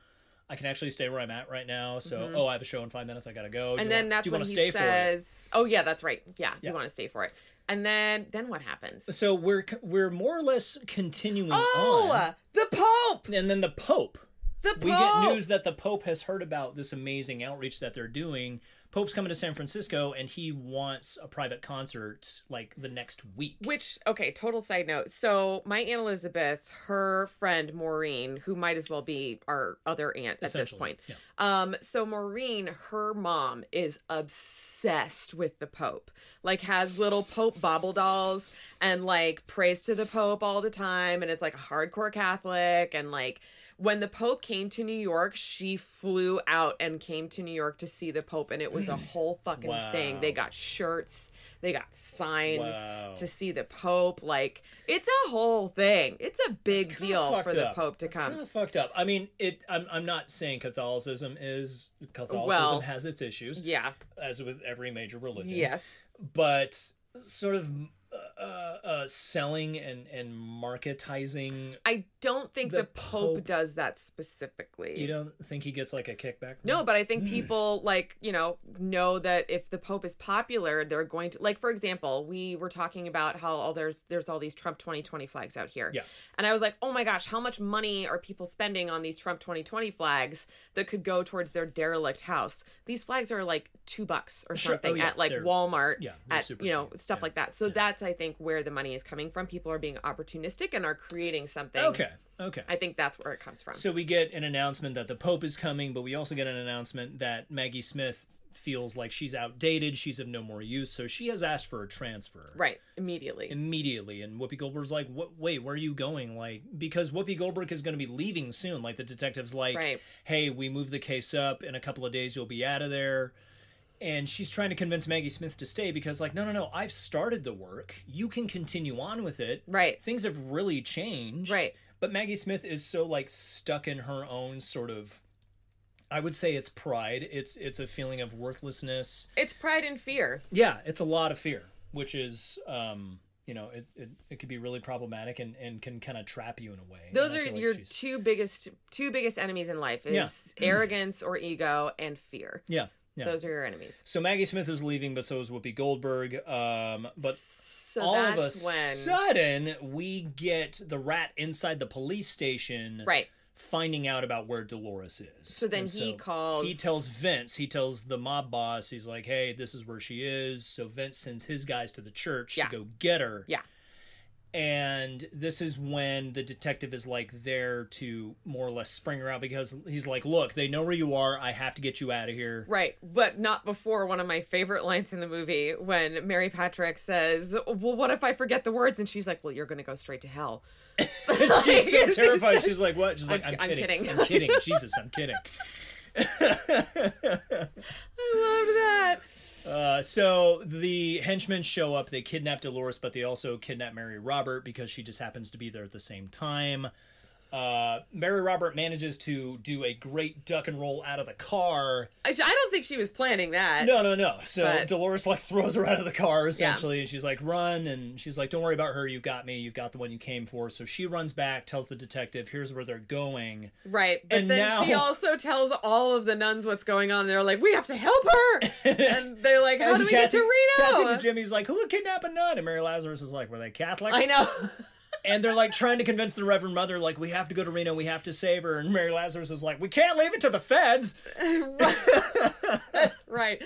A: I can actually stay where I'm at right now. So, oh, I have a show in five minutes. I gotta go. Do you
B: Mm-hmm. and then
A: want-
B: that's
A: do you
B: when
A: wanna
B: he
A: stay for it?
B: says, "Oh yeah, that's right. Yeah,
A: Yeah.
B: you want to stay for it." And then, then what happens?
A: So we're c- we're more or less continuing
B: Oh,
A: on,
B: the Pope!
A: and then the Pope.
B: The Pope!
A: we get news that the Pope has heard about this amazing outreach that they're doing. Pope's coming to San Francisco and he wants a private concert like the next week.
B: Which, okay, total side note. So, my Aunt Elizabeth, her friend Maureen, who might as well be our other aunt at this
A: Essentially,
B: point.
A: yeah.
B: Um, so Maureen, her mom is obsessed with the Pope. Like has little Pope bobble dolls and like prays to the Pope all the time and is like a hardcore Catholic and like when the Pope came to New York, she flew out and came to New York to see the Pope and it was a whole fucking
A: Wow.
B: thing. They got shirts, they got signs
A: Wow.
B: to see the Pope. Like it's a whole thing. It's a big
A: Kinda
B: deal
A: fucked
B: for the
A: up.
B: Pope to
A: That's
B: come.
A: Kind of fucked up. I mean, it. I'm, I'm not saying Catholicism is Catholicism
B: Well,
A: has its issues,
B: yeah.
A: as with every major religion.
B: Yes.
A: but sort of uh, uh, selling and and marketizing.
B: I don't think
A: The
B: the, Pope,
A: Pope-
B: does that specifically.
A: You don't Hmm. think he gets like a kickback? from
B: no, but I think people like, you know, know that if the Pope is popular, they're going to like for example, we were talking about how all there's there's all these Trump 2020 flags out here.
A: Yeah.
B: And I was like, "Oh my gosh, how much money are people spending on these Trump 2020 flags that could go towards their derelict house?" These flags are like 2 bucks or
A: Sure. Oh,
B: something
A: yeah.
B: at like
A: They're-
B: Walmart
A: yeah, they're
B: at
A: super
B: you know,
A: cheap.
B: stuff
A: Yeah.
B: like that. So that's I think where the money is coming from. People are being opportunistic and are creating something.
A: that? Okay. Okay.
B: I think that's where it comes from.
A: So we get an announcement that the Pope is coming, but we also get an announcement that Maggie Smith feels like she's outdated, she's of no more use, so she has asked for a transfer.
B: Right, immediately.
A: Immediately, and Whoopi Goldberg's like, "What? Wait, where are you going?" Like, because Whoopi Goldberg is going to be leaving soon. Like, the detective's like,
B: Right.
A: "Hey, we moved the case up. In a couple of days, you'll be out of there." And she's trying to convince Maggie Smith to stay because, like, no, no, no, I've started the work. You can continue on with it
B: Right.
A: things have really changed.
B: Right.
A: But Maggie Smith is so like stuck in her own sort of I would say it's pride. It's it's a feeling of worthlessness.
B: It's pride and fear.
A: Yeah, it's a lot of fear, which is um you know, it, it, it could be really problematic and, and can kind of trap you in a way.
B: Those
A: And I
B: are
A: feel like
B: your
A: she's-
B: two biggest two biggest enemies in life is arrogance or ego and fear.
A: yeah yeah.
B: Those are your enemies.
A: so Maggie Smith is leaving, but so is Whoopi Goldberg. Um, but
B: So
A: all of a
B: that's when
A: sudden, we get the rat inside the police station.
B: right.
A: finding out about where Dolores is. So
B: then he calls-
A: He tells Vince. He tells the mob boss. He's like, "Hey, this is where she is." So Vince sends his guys to the church
B: Yeah.
A: to go get her.
B: Yeah.
A: And this is when the detective is like there to more or less spring her out because he's like, "Look, they know where you are. I have to get you out of here."
B: Right, but not before one of my favorite lines in the movie when Mary Patrick says, "Well, what if I forget the words?" and she's like, "Well, you're going to go straight to hell."
A: She's so
B: Like, it's
A: terrified.
B: just-
A: She's like, "What?" She's like, "I'm,
B: I'm- I'm
A: kidding.
B: kidding.
A: I'm kidding. Jesus, I'm kidding."
B: I loved that.
A: Uh, so the henchmen show up. They kidnap Dolores, but they also kidnap Mary Robert because she just happens to be there at the same time. Uh, Mary Robert manages to do a great duck and roll out of the car.
B: I I don't think she was planning that.
A: No, no, no. So
B: But-
A: Dolores like throws her out of the car essentially, and she's like, "Run!" And she's like, "Don't worry about her. You've got me. You've got the one you came for." So she runs back, tells the detective, "Here's where they're going."
B: Right. But
A: And
B: then she
A: now-
B: also tells all of the nuns what's going on. They're like, we have to help her. and they're like, how
A: As
B: do we get to
A: Kathy
B: Reno?
A: and Jimmy's like, "Who would kidnap a nun?" And Mary Lazarus is like, "Were they Catholics?"
B: I know.
A: And they're like trying to convince the Reverend Mother, like, "We have to go to Reno. We have to save her." And Mary Lazarus is like, "We can't leave it to the feds."
B: right.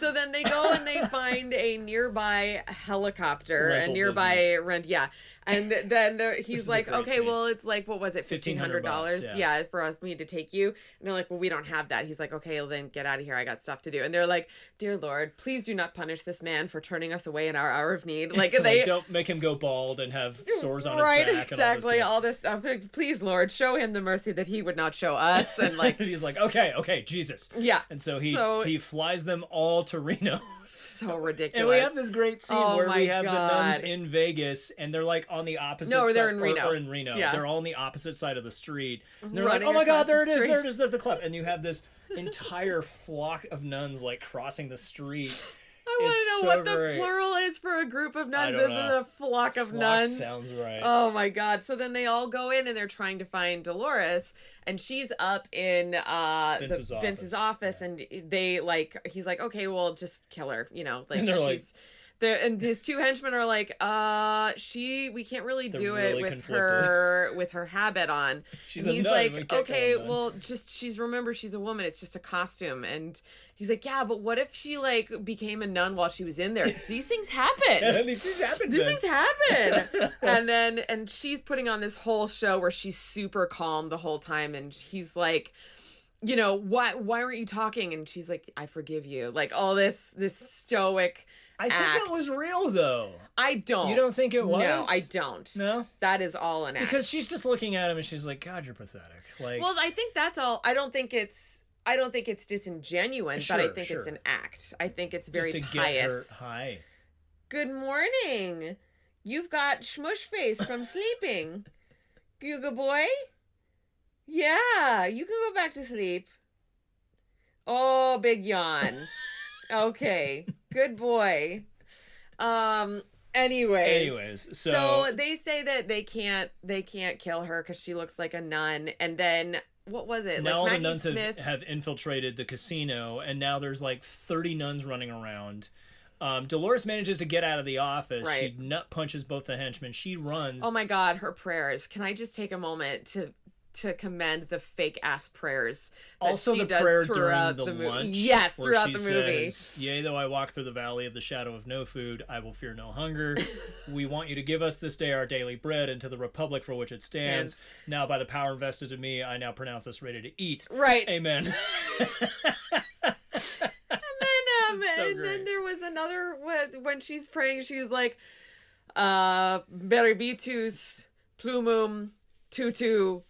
B: So then they go and they find a nearby helicopter,
A: Rental
B: a nearby
A: business.
B: rent. Yeah, and then the, he's
A: is a
B: like,
A: great
B: "Okay,
A: speed.
B: well, it's like what was it, fifteen
A: $1,500
B: hundred dollars?
A: yeah.
B: Yeah, for us me to take you." And they're like, "Well, we don't have that." He's like, "Okay, well, then get out of here. I got stuff to do." And they're like, "Dear Lord, please do not punish this man for turning us away in our hour of need." Like they.
A: like, don't make him go bald and have sores on
B: Right,
A: his back.
B: exactly.
A: And all
B: All this stuff. Like, Please, Lord, show him the mercy that he would not show us. And
A: this
B: like,
A: stuff. And he's like, okay, okay, Jesus.
B: Yeah,
A: And so he
B: so-
A: he flies them all to Reno.
B: so ridiculous.
A: and we have this great scene
B: Oh
A: where
B: my
A: we have the nuns
B: God.
A: in Vegas and they're like on the opposite
B: No, they're
A: si-
B: in
A: or-
B: Reno.
A: Or, in Reno.
B: Yeah.
A: They're all on the opposite side of the street. And they're
B: Running
A: like, Oh my god,
B: across
A: there it
B: the
A: is, there it
B: street.
A: is, there's the club. And you have this entire flock of nuns like crossing the street.
B: I want
A: It's
B: to know
A: so
B: what the
A: great.
B: plural is for a group of nuns.
A: don't
B: Isn't
A: know.
B: it a flock of
A: Flock
B: nuns?
A: sounds right.
B: Oh my god! So then they all go in and they're trying to find Dolores, and she's up in uh, the-
A: Vince's office.
B: Vince's office, and they like he's like, okay, well, just kill her, you know, like
A: And they're like-
B: she's. there and his two henchmen are like, uh, she, we can't really do
A: really
B: it with
A: conflicted.
B: her with her habit on.
A: She's
B: and
A: a
B: he's
A: nun, we
B: like,
A: can't
B: okay,
A: kill a nun."
B: well, well just she's remember she's a woman it's just a costume and he's like yeah but what if she like became a nun while she was in there 'Cause these things happen
A: And these things happen.
B: these
A: Vince.
B: things happen and then and she's putting on this whole show where she's super calm the whole time and he's like you know why why weren't you talking and she's like i forgive you like all this this stoic
A: I think
B: act.
A: that was real though.
B: i don't
A: You don't think it was?
B: no i don't
A: No?
B: that is all an act
A: Because she's just looking at him and she's like, God, you're pathetic. Like
B: Well, I think that's all. I don't think it's. I don't think it's disingenuous, but I
A: Sure,
B: think it's
A: sure.
B: an act. I think it's very
A: just to get
B: pious.
A: her high.
B: Good morning. You've got schmush face from sleeping. You good boy? Yeah, you can go back to sleep. Oh, big yawn. okay, good boy. Um. Anyways.
A: Anyways, so,
B: So they say that they can't they can't kill her because she looks like a nun. And then what was it?
A: now all
B: like
A: the nuns have, have infiltrated the casino, and now there's like 30 nuns running around. Um, Dolores manages to get out of the office.
B: Right.
A: She nut punches both the henchmen. She runs.
B: Oh my God, her prayers. Can I just take a moment to to commend the fake ass prayers? That
A: also,
B: she
A: the
B: does
A: prayer during
B: throughout
A: the,
B: movie.
A: lunch.
B: Yes,
A: where
B: throughout
A: she
B: the movie.
A: Says, Yea, though I walk through the valley of the shadow of no food, I will fear no hunger. we want you to give us this day our daily bread and to the republic for which it stands. Now, by the power invested in me, I now pronounce us ready to eat.
B: Right.
A: Amen.
B: And, um,
A: Just so
B: and then
A: great.
B: there was another when- when she's praying, she's like, uh, Berebitus plumum tutu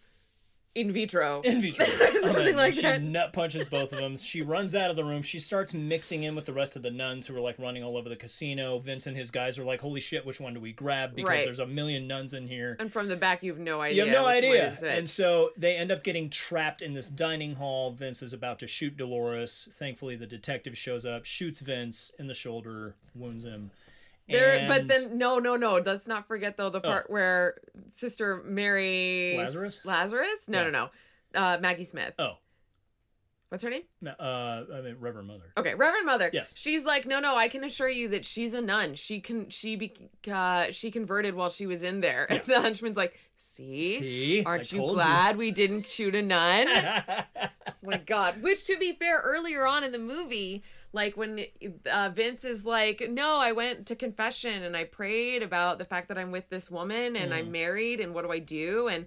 B: in vitro.
A: in vitro.
B: Something
A: And
B: like
A: she
B: that.
A: nut punches both of them. She runs out of the room. She starts mixing in with the rest of the nuns who are like running all over the casino. Vince and his guys are like, "Holy shit, which one do we grab?" Because
B: Right.
A: there's a million nuns in here.
B: And from the back, you have no
A: You
B: idea.
A: have no
B: which one
A: idea.
B: is it.
A: And so they end up getting trapped in this dining hall. Vince is about to shoot Dolores. Thankfully, the detective shows up, shoots Vince in the shoulder, wounds him.
B: There, but
A: And- Oh.
B: then no, no, no. Let's not forget though the part where Sister Mary
A: Lazarus?
B: Lazarus? No,
A: Yeah.
B: no, no. Uh, Maggie Smith.
A: oh,
B: What's her name?
A: uh, I mean, Reverend Mother.
B: Okay, Reverend Mother.
A: Yes.
B: She's like, no, no. I can assure you that she's a nun. She can, she be, uh, she converted while she was in there. And the henchman's like, see,
A: See?
B: aren't
A: I
B: you
A: told you."
B: glad we didn't shoot a nun? my god which to be fair earlier on in the movie like when uh, vince is like no i went to confession and i prayed about the fact that i'm with this woman and
A: Mm.
B: i'm married and what do i do and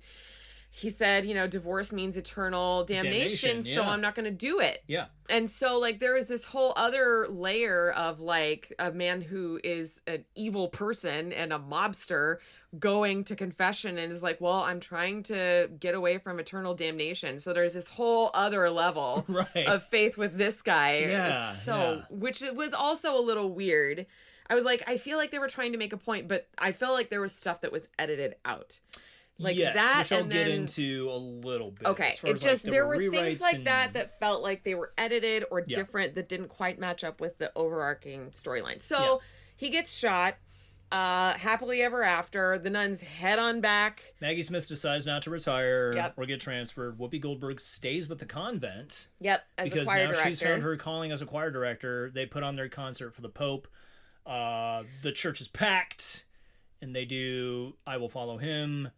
B: he said you know divorce means eternal damnation,
A: Damnation,
B: so
A: yeah.
B: i'm not going to do it
A: Yeah.
B: and so like there is this whole other layer of like a man who is an evil person and a mobster going to confession and is like well i'm trying to get away from eternal damnation so there's this whole other level
A: Right.
B: of faith with this guy
A: Yeah,
B: It's so which it was also a little weird i was like i feel like they were trying to make a point but i felt like there was stuff that was edited out Like
A: yes,
B: that
A: which I'll
B: and
A: get
B: then-
A: into a little bit.
B: Okay,
A: as far
B: it
A: as, like,
B: just there were
A: rewrites
B: things like
A: and-
B: that that felt like they were edited or
A: Yeah.
B: different that didn't quite match up with the overarching storyline. So he gets shot. Uh, happily ever after, the nuns head on back.
A: Maggie Smith decides not to retire
B: Yep.
A: or get transferred. Whoopi Goldberg stays with the convent
B: Yep, as
A: because
B: a choir
A: now
B: director.
A: she's found her calling as a choir director. They put on their concert for the Pope. Uh, the church is packed, and they do "I Will Follow Him."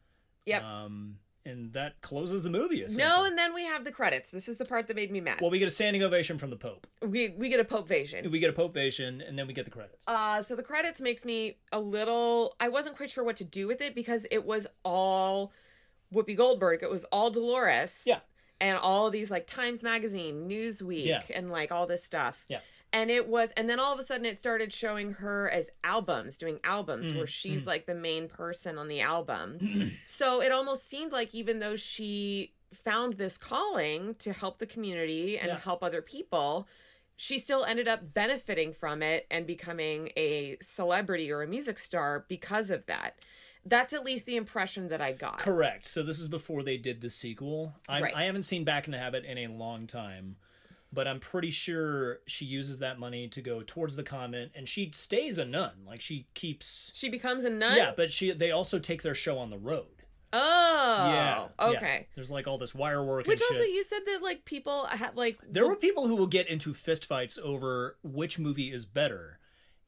B: Yep.
A: Um, and that closes the movie.
B: no,
A: essentially.
B: and then we have the credits. This is the part that made me mad.
A: Well, we get a standing ovation from the Pope.
B: we we get a Pope Vasion.
A: We get a Pope ovation, and then we get the credits.
B: Uh, so the credits makes me a little. I wasn't quite sure what to do with it because it was all Whoopi Goldberg. It was all Dolores.
A: Yeah.
B: And all these like Times Magazine, Newsweek,
A: Yeah.
B: and like all this stuff.
A: Yeah.
B: And it was, and then all of a sudden it started showing her as albums, doing
A: Mm,
B: albums where she's like the main person on the album. so it almost seemed like even though she found this calling to help the community and
A: Yeah.
B: help other people, she still ended up benefiting from it and becoming a celebrity or a music star because of that. That's at least the impression that I got.
A: Correct. So this is before they did the sequel. I'm,
B: Right.
A: I haven't seen Back in the Habit in a long time, but I'm pretty sure she uses that money to go towards the convent, and she stays a nun. Like she keeps.
B: She becomes a nun.
A: Yeah, but she they also take their show on the road.
B: Oh.
A: yeah.
B: Okay.
A: yeah. There's like all this wire work
B: Which
A: and
B: also,
A: shit.
B: you said that like people had like
A: There were people who will get into fistfights over which movie is better.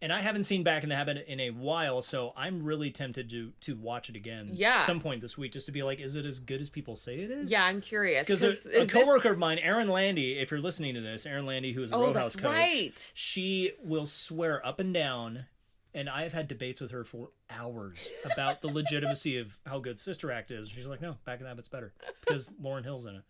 A: And I haven't seen Back in the Habit in a while, so I'm really tempted to to watch it again
B: Yeah.
A: at some point this week just to be like, is it as good as people say it is?
B: Yeah, I'm curious
A: because a, a
B: is this-
A: coworker of mine, Erin Landy, if you're listening to this, Erin Landy, who is a
B: Oh,
A: Roadhouse
B: that's
A: coach,
B: right.
A: she will swear up and down, and I have had debates with her for hours about the legitimacy of how good Sister Act is. She's like, no, Back in the Habit's better because Lauren Hill's in it.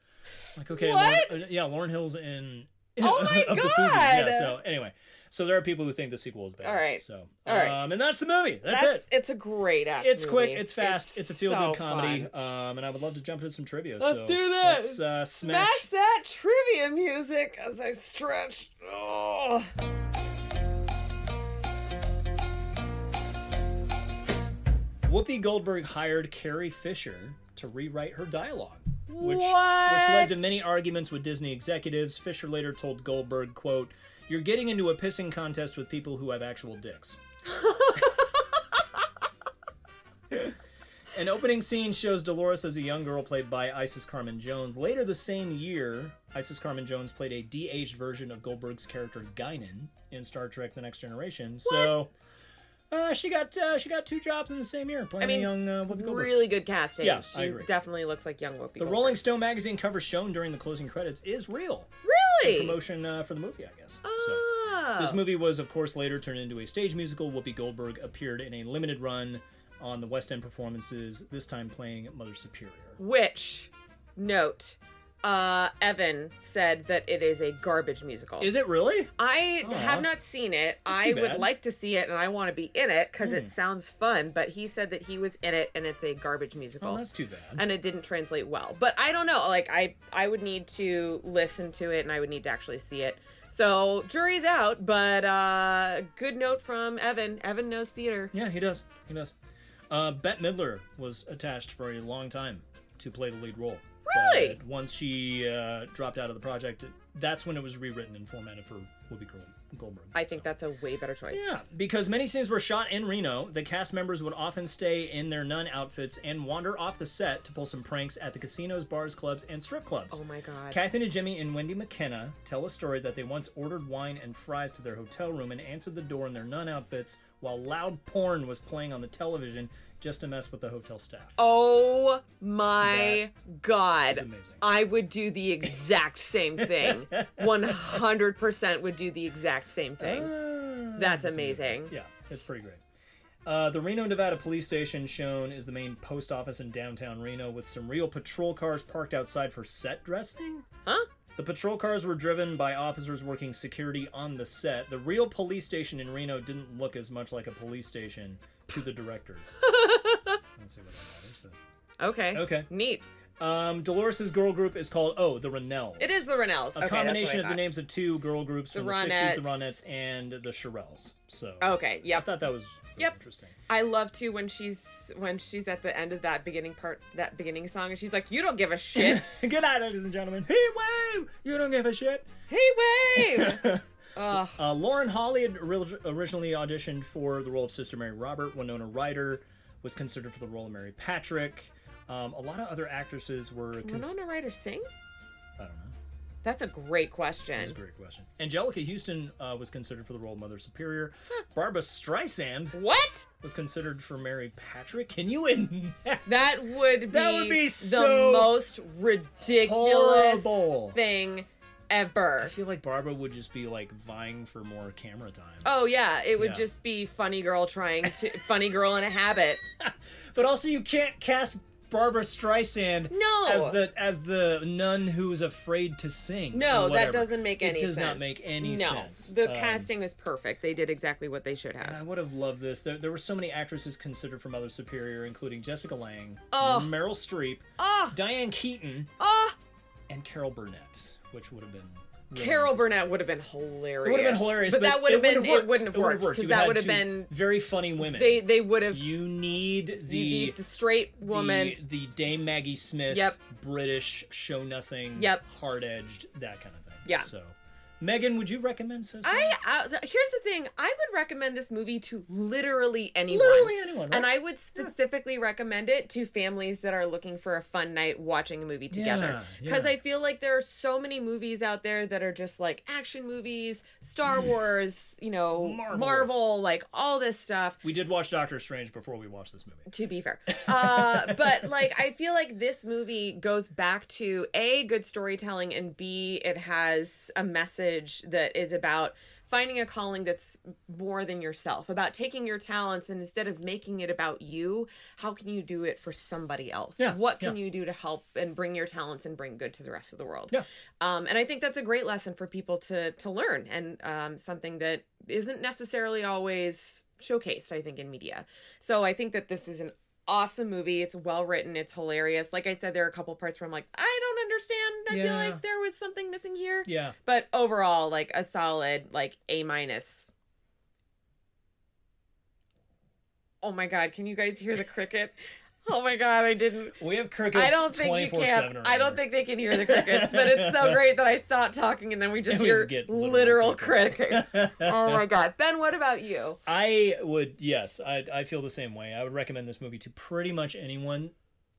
A: I'm like, okay,
B: What?
A: Lauren, uh, yeah, Lauren Hill's in.
B: Oh my
A: of the Fugees.
B: God.
A: Yeah, so anyway, so there are people who think the sequel is better.
B: All right.
A: So
B: All right.
A: um, and that's the movie. That's,
B: That's
A: it.
B: it's a great ass.
A: It's
B: movie.
A: quick, it's fast, it's, a feel good
B: so
A: comedy,
B: fun.
A: um, and I would love to jump into some trivia.
B: Let's
A: so
B: do that.
A: Let's uh,
B: Smash that trivia music as I stretch. Oh.
A: Whoopi Goldberg hired Carrie Fisher to rewrite her dialogue, which which
B: What?
A: led to many arguments with Disney executives. Fisher later told Goldberg, "quote You're getting into a pissing contest with people who have actual dicks." An opening scene shows Dolores as a young girl played by Isis Carmen Jones. Later the same year, Isis Carmen Jones played a de-aged version of Goldberg's character Guinan in Star Trek: The Next Generation. So. Uh, she got uh, she got two jobs in the same year playing
B: I mean,
A: a young uh, Whoopi Goldberg.
B: Really good casting.
A: Yeah, I
B: she
A: agree.
B: definitely looks like young Whoopi.
A: The Rolling Stone magazine cover shown during the closing credits is real
B: Really?
A: promotion uh, for the movie, I guess. So
B: Oh.
A: this movie was, of course, later turned into a stage musical. Whoopi Goldberg appeared in a limited run on the West End performances, this time playing Mother Superior.
B: Which note? Uh, Evan said that it is a garbage musical.
A: Is it really?
B: I
A: Aw.
B: have not seen it.
A: That's
B: I
A: too
B: would
A: bad. Hmm.
B: like to see it, and I want to be in it because it sounds fun. But he said that he was in it, and it's a garbage musical,
A: Well, that's too bad.
B: and it didn't translate well. But I don't know. Like I, I would need to listen to it, and I would need to actually see it. So jury's out. But uh, good note from Evan. Evan knows theater.
A: Yeah, he does. He does. Uh, Bette Midler was attached for a long time to play the lead role.
B: Really?
A: But once she uh, dropped out of the project, that's when it was rewritten and formatted for Whoopi Goldberg.
B: I think that's a way better choice.
A: Yeah, because many scenes were shot in Reno, the cast members would often stay in their nun outfits and wander off the set to pull some pranks at the casinos, bars, clubs, and strip clubs.
B: Oh my god.
A: Kathleen and Jimmy and Wendy McKenna tell a story that they once ordered wine and fries to their hotel room and answered the door in their nun outfits while loud porn was playing on the television just to mess with the hotel staff.
B: Oh my god.
A: amazing.
B: I would do the exact same thing. 100% would do the exact same thing.
A: Ah,
B: That's amazing.
A: Yeah, it's pretty great. Uh, the Reno, Nevada police station shown is the main post office in downtown Reno with some real patrol cars parked outside for set dressing.
B: Huh?
A: The patrol cars were driven by officers working security on the set. The real police station in Reno didn't look as much like a police station to the director. I don't see what that matters, but-
B: Okay.
A: Okay.
B: Neat.
A: Um, Dolores's girl group is called oh the Renelles.
B: It is the Renelles.
A: a combination of the names of two girl groups from the '60s, the Ronettes and the Shirelles. So
B: Okay,
A: I
B: yep.
A: thought that was really
B: Oh. Yep.
A: interesting.
B: I love too when she's when she's at the end of that beginning part, that beginning song, and she's like, "You don't give a shit."
A: Good night, ladies and gentlemen. Hey, wave! You don't give a shit.
B: hey, wave.
A: Uh, Lauren Holly had ori- originally auditioned for the role of Sister Mary Robert. Winona Ryder was considered for the role of Mary Patrick. Um, a lot of other actresses were. Cons-
B: Winona Ryder sing?
A: I don't know.
B: That's a great question.
A: That's a great question. Angelica Houston uh, was considered for the role of Mother Superior. Barbara Streisand
B: What?
A: was considered for Mary Patrick. Can you imagine?
B: That would be,
A: That would be
B: the
A: so
B: most ridiculous
A: horrible.
B: thing ever.
A: I feel like Barbara would just be like vying for more camera time.
B: Oh yeah, it would
A: Yeah.
B: just be funny girl trying to funny girl in a habit.
A: But also, you can't cast Barbara Streisand
B: No.
A: as the as the nun who's afraid to sing.
B: No,
A: or
B: that
A: whatever.
B: doesn't make any
A: It does
B: sense.
A: not make any
B: no.
A: sense.
B: The
A: Um,
B: casting was perfect. They did exactly what they should have.
A: I would have loved this. There, there were so many actresses considered for Mother Superior, including Jessica Lange,
B: Oh.
A: Meryl Streep,
B: Oh,
A: Diane Keaton,
B: oh
A: and Carol Burnett, which would have been really
B: Carol
A: interesting.
B: Burnett would have been hilarious.
A: It would have been hilarious,
B: But, that would have
A: it
B: been it wouldn't have worked because
A: You
B: that
A: had
B: would have
A: two
B: been
A: very funny women.
B: they they would have
A: you need the
B: the, the straight woman
A: the, the Dame Maggie Smith,
B: Yep.
A: British, show nothing,
B: Yep.
A: hard edged, that kind of thing.
B: Yeah.
A: So, Megan, would you recommend Sister?
B: I, I th- here's the thing. I would recommend this movie to literally anyone.
A: literally anyone, right?
B: And I would specifically recommend it to families that are looking for a fun night watching a movie
A: Yeah,
B: together. Because
A: yeah.
B: I feel like there are so many movies out there that are just like action movies, Star Wars, you know,
A: Marvel.
B: Marvel, like all this stuff.
A: we did watch Doctor Strange before we watched this movie.
B: To be fair. Uh, but like, I feel like this movie goes back to A, good storytelling, and B, it has a message that is about finding a calling that's more than yourself, about taking your talents and instead of making it about you, how can you do it for somebody else?
A: Yeah,
B: what can
A: yeah.
B: you do to help and bring your talents and bring good to the rest of the world?
A: Yeah.
B: Um, and I think that's a great lesson for people to to learn and um, something that isn't necessarily always showcased, I think, in media. So I think that this is an awesome movie. It's well written. It's hilarious. Like I said, there are a couple parts where I'm like, I don't understand. I
A: Yeah.
B: feel like there was something missing here.
A: Yeah.
B: But overall, like a solid like A minus. Oh my god! Can you guys hear the cricket? Oh my god! I didn't.
A: We have crickets
B: I don't think you
A: 24
B: can. I don't think they can hear the crickets, but it's so great that I stopped talking and then we just
A: And we
B: hear
A: get literal
B: literal, crickets. oh my god, Ben, what about you?
A: I would, yes, I, I feel the same way. I would recommend this movie to pretty much anyone.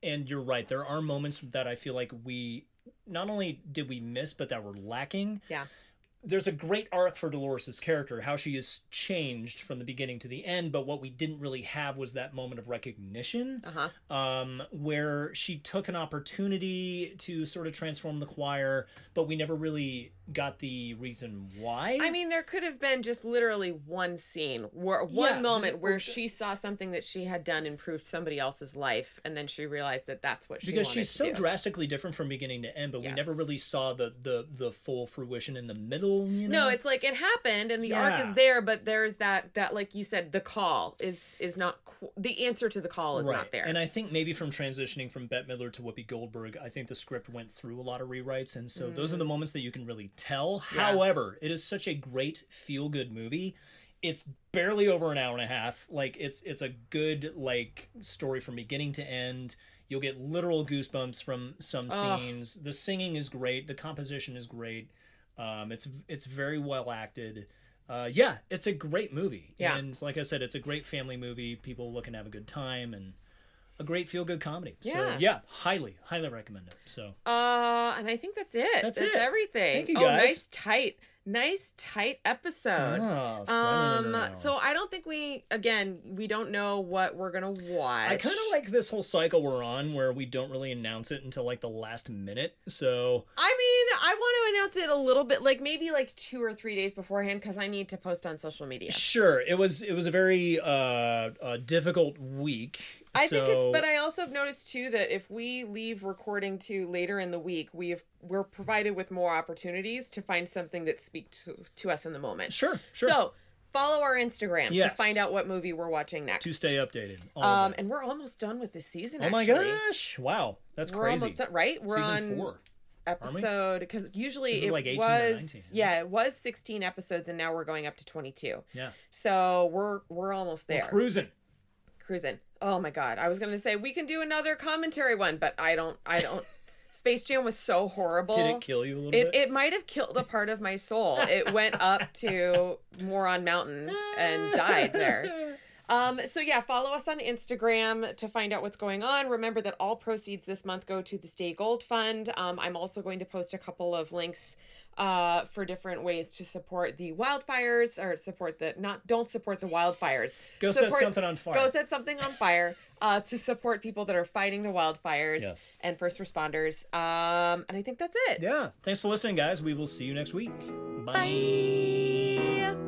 A: And you're right, there are moments that I feel like we not only did we miss, but that were lacking.
B: Yeah.
A: There's a great arc for Dolores' character, how she is changed from the beginning to the end, but what we didn't really have was that moment of recognition
B: Uh huh.
A: um, where she took an opportunity to sort of transform the choir, but we never really got the reason why.
B: I mean, there could have been just literally one scene, where, one
A: Yeah,
B: moment
A: just-
B: where she saw something that she had done improved somebody else's life, and then she realized that that's what she
A: because
B: wanted
A: she's
B: to
A: so
B: do.
A: drastically different from beginning to end, but we never
B: Yes.
A: really saw the the the full fruition in the middle. You know?
B: No, it's like it happened, and the arc
A: Yeah.
B: is there, but there's that that like you said, the call is is not qu- the answer to the call is not there.
A: And I think maybe from transitioning from Bette Midler to Whoopi Goldberg, I think the script went through a lot of rewrites, and so those are
B: Mm-hmm.
A: the moments that you can really tell. However, it is such a great feel good movie. It's barely over an hour and a half. Like it's it's a good like story from beginning to end. You'll get literal goosebumps from some
B: Ugh.
A: scenes. The singing is great. The composition is great. Um, it's it's very well acted. Uh, yeah, it's a great movie.
B: Yeah.
A: And like I said, it's a great family movie. People looking to have a good time and a great feel good comedy. So
B: Yeah.
A: yeah, highly, highly recommend it. So
B: Uh, and I think that's it.
A: That's
B: That's,
A: it.
B: everything.
A: Thank you,
B: Oh,
A: guys.
B: nice tight, nice tight episode.
A: Oh,
B: um,
A: phenomenal.
B: so I don't think we again we don't know what we're gonna watch.
A: I kind of like this whole cycle we're on where we don't really announce it until like the last minute. So
B: I mean, I want to announce it a little bit, like maybe like two or three days beforehand, because I need to post on social media.
A: sure, it was it was a very uh, uh difficult week.
B: I think it's,
A: so-
B: but I also have noticed too that if we leave recording to later in the week, we have we're provided with more opportunities to find something that speaks to, to us in the moment.
A: sure, sure.
B: So follow our Instagram to
A: Yes.
B: find out what movie we're watching next.
A: to stay updated. All of
B: Um,
A: it.
B: and we're almost done with this season.
A: Oh my
B: actually.
A: gosh! Wow, that's
B: We're
A: crazy.
B: almost done, right? We're
A: Season
B: on
A: four.
B: episode because usually
A: This is
B: it
A: like 18 or
B: was
A: 19, isn't it?
B: yeah it was 16 episodes and now we're going up to 22
A: Yeah,
B: so we're we're almost there
A: cruising.
B: cruising oh my god i was gonna say we can do another commentary one but i don't i don't space jam was so horrible
A: Did it kill you a little
B: it,
A: bit?
B: it might have killed a part of my soul. It went up to Moron Mountain and died there. Um, so yeah, follow us on Instagram to find out what's going on. Remember that all proceeds this month go to the Stay Gold Fund. Um, I'm also going to post a couple of links uh, for different ways to support the wildfires or support the not don't support the wildfires.
A: Go set
B: support,
A: something on fire.
B: Go set something on fire uh, to support people that are fighting the wildfires
A: Yes.
B: and first responders. Um, and I think that's it.
A: yeah. Thanks for listening, guys. We will see you next week. Bye.
B: Bye.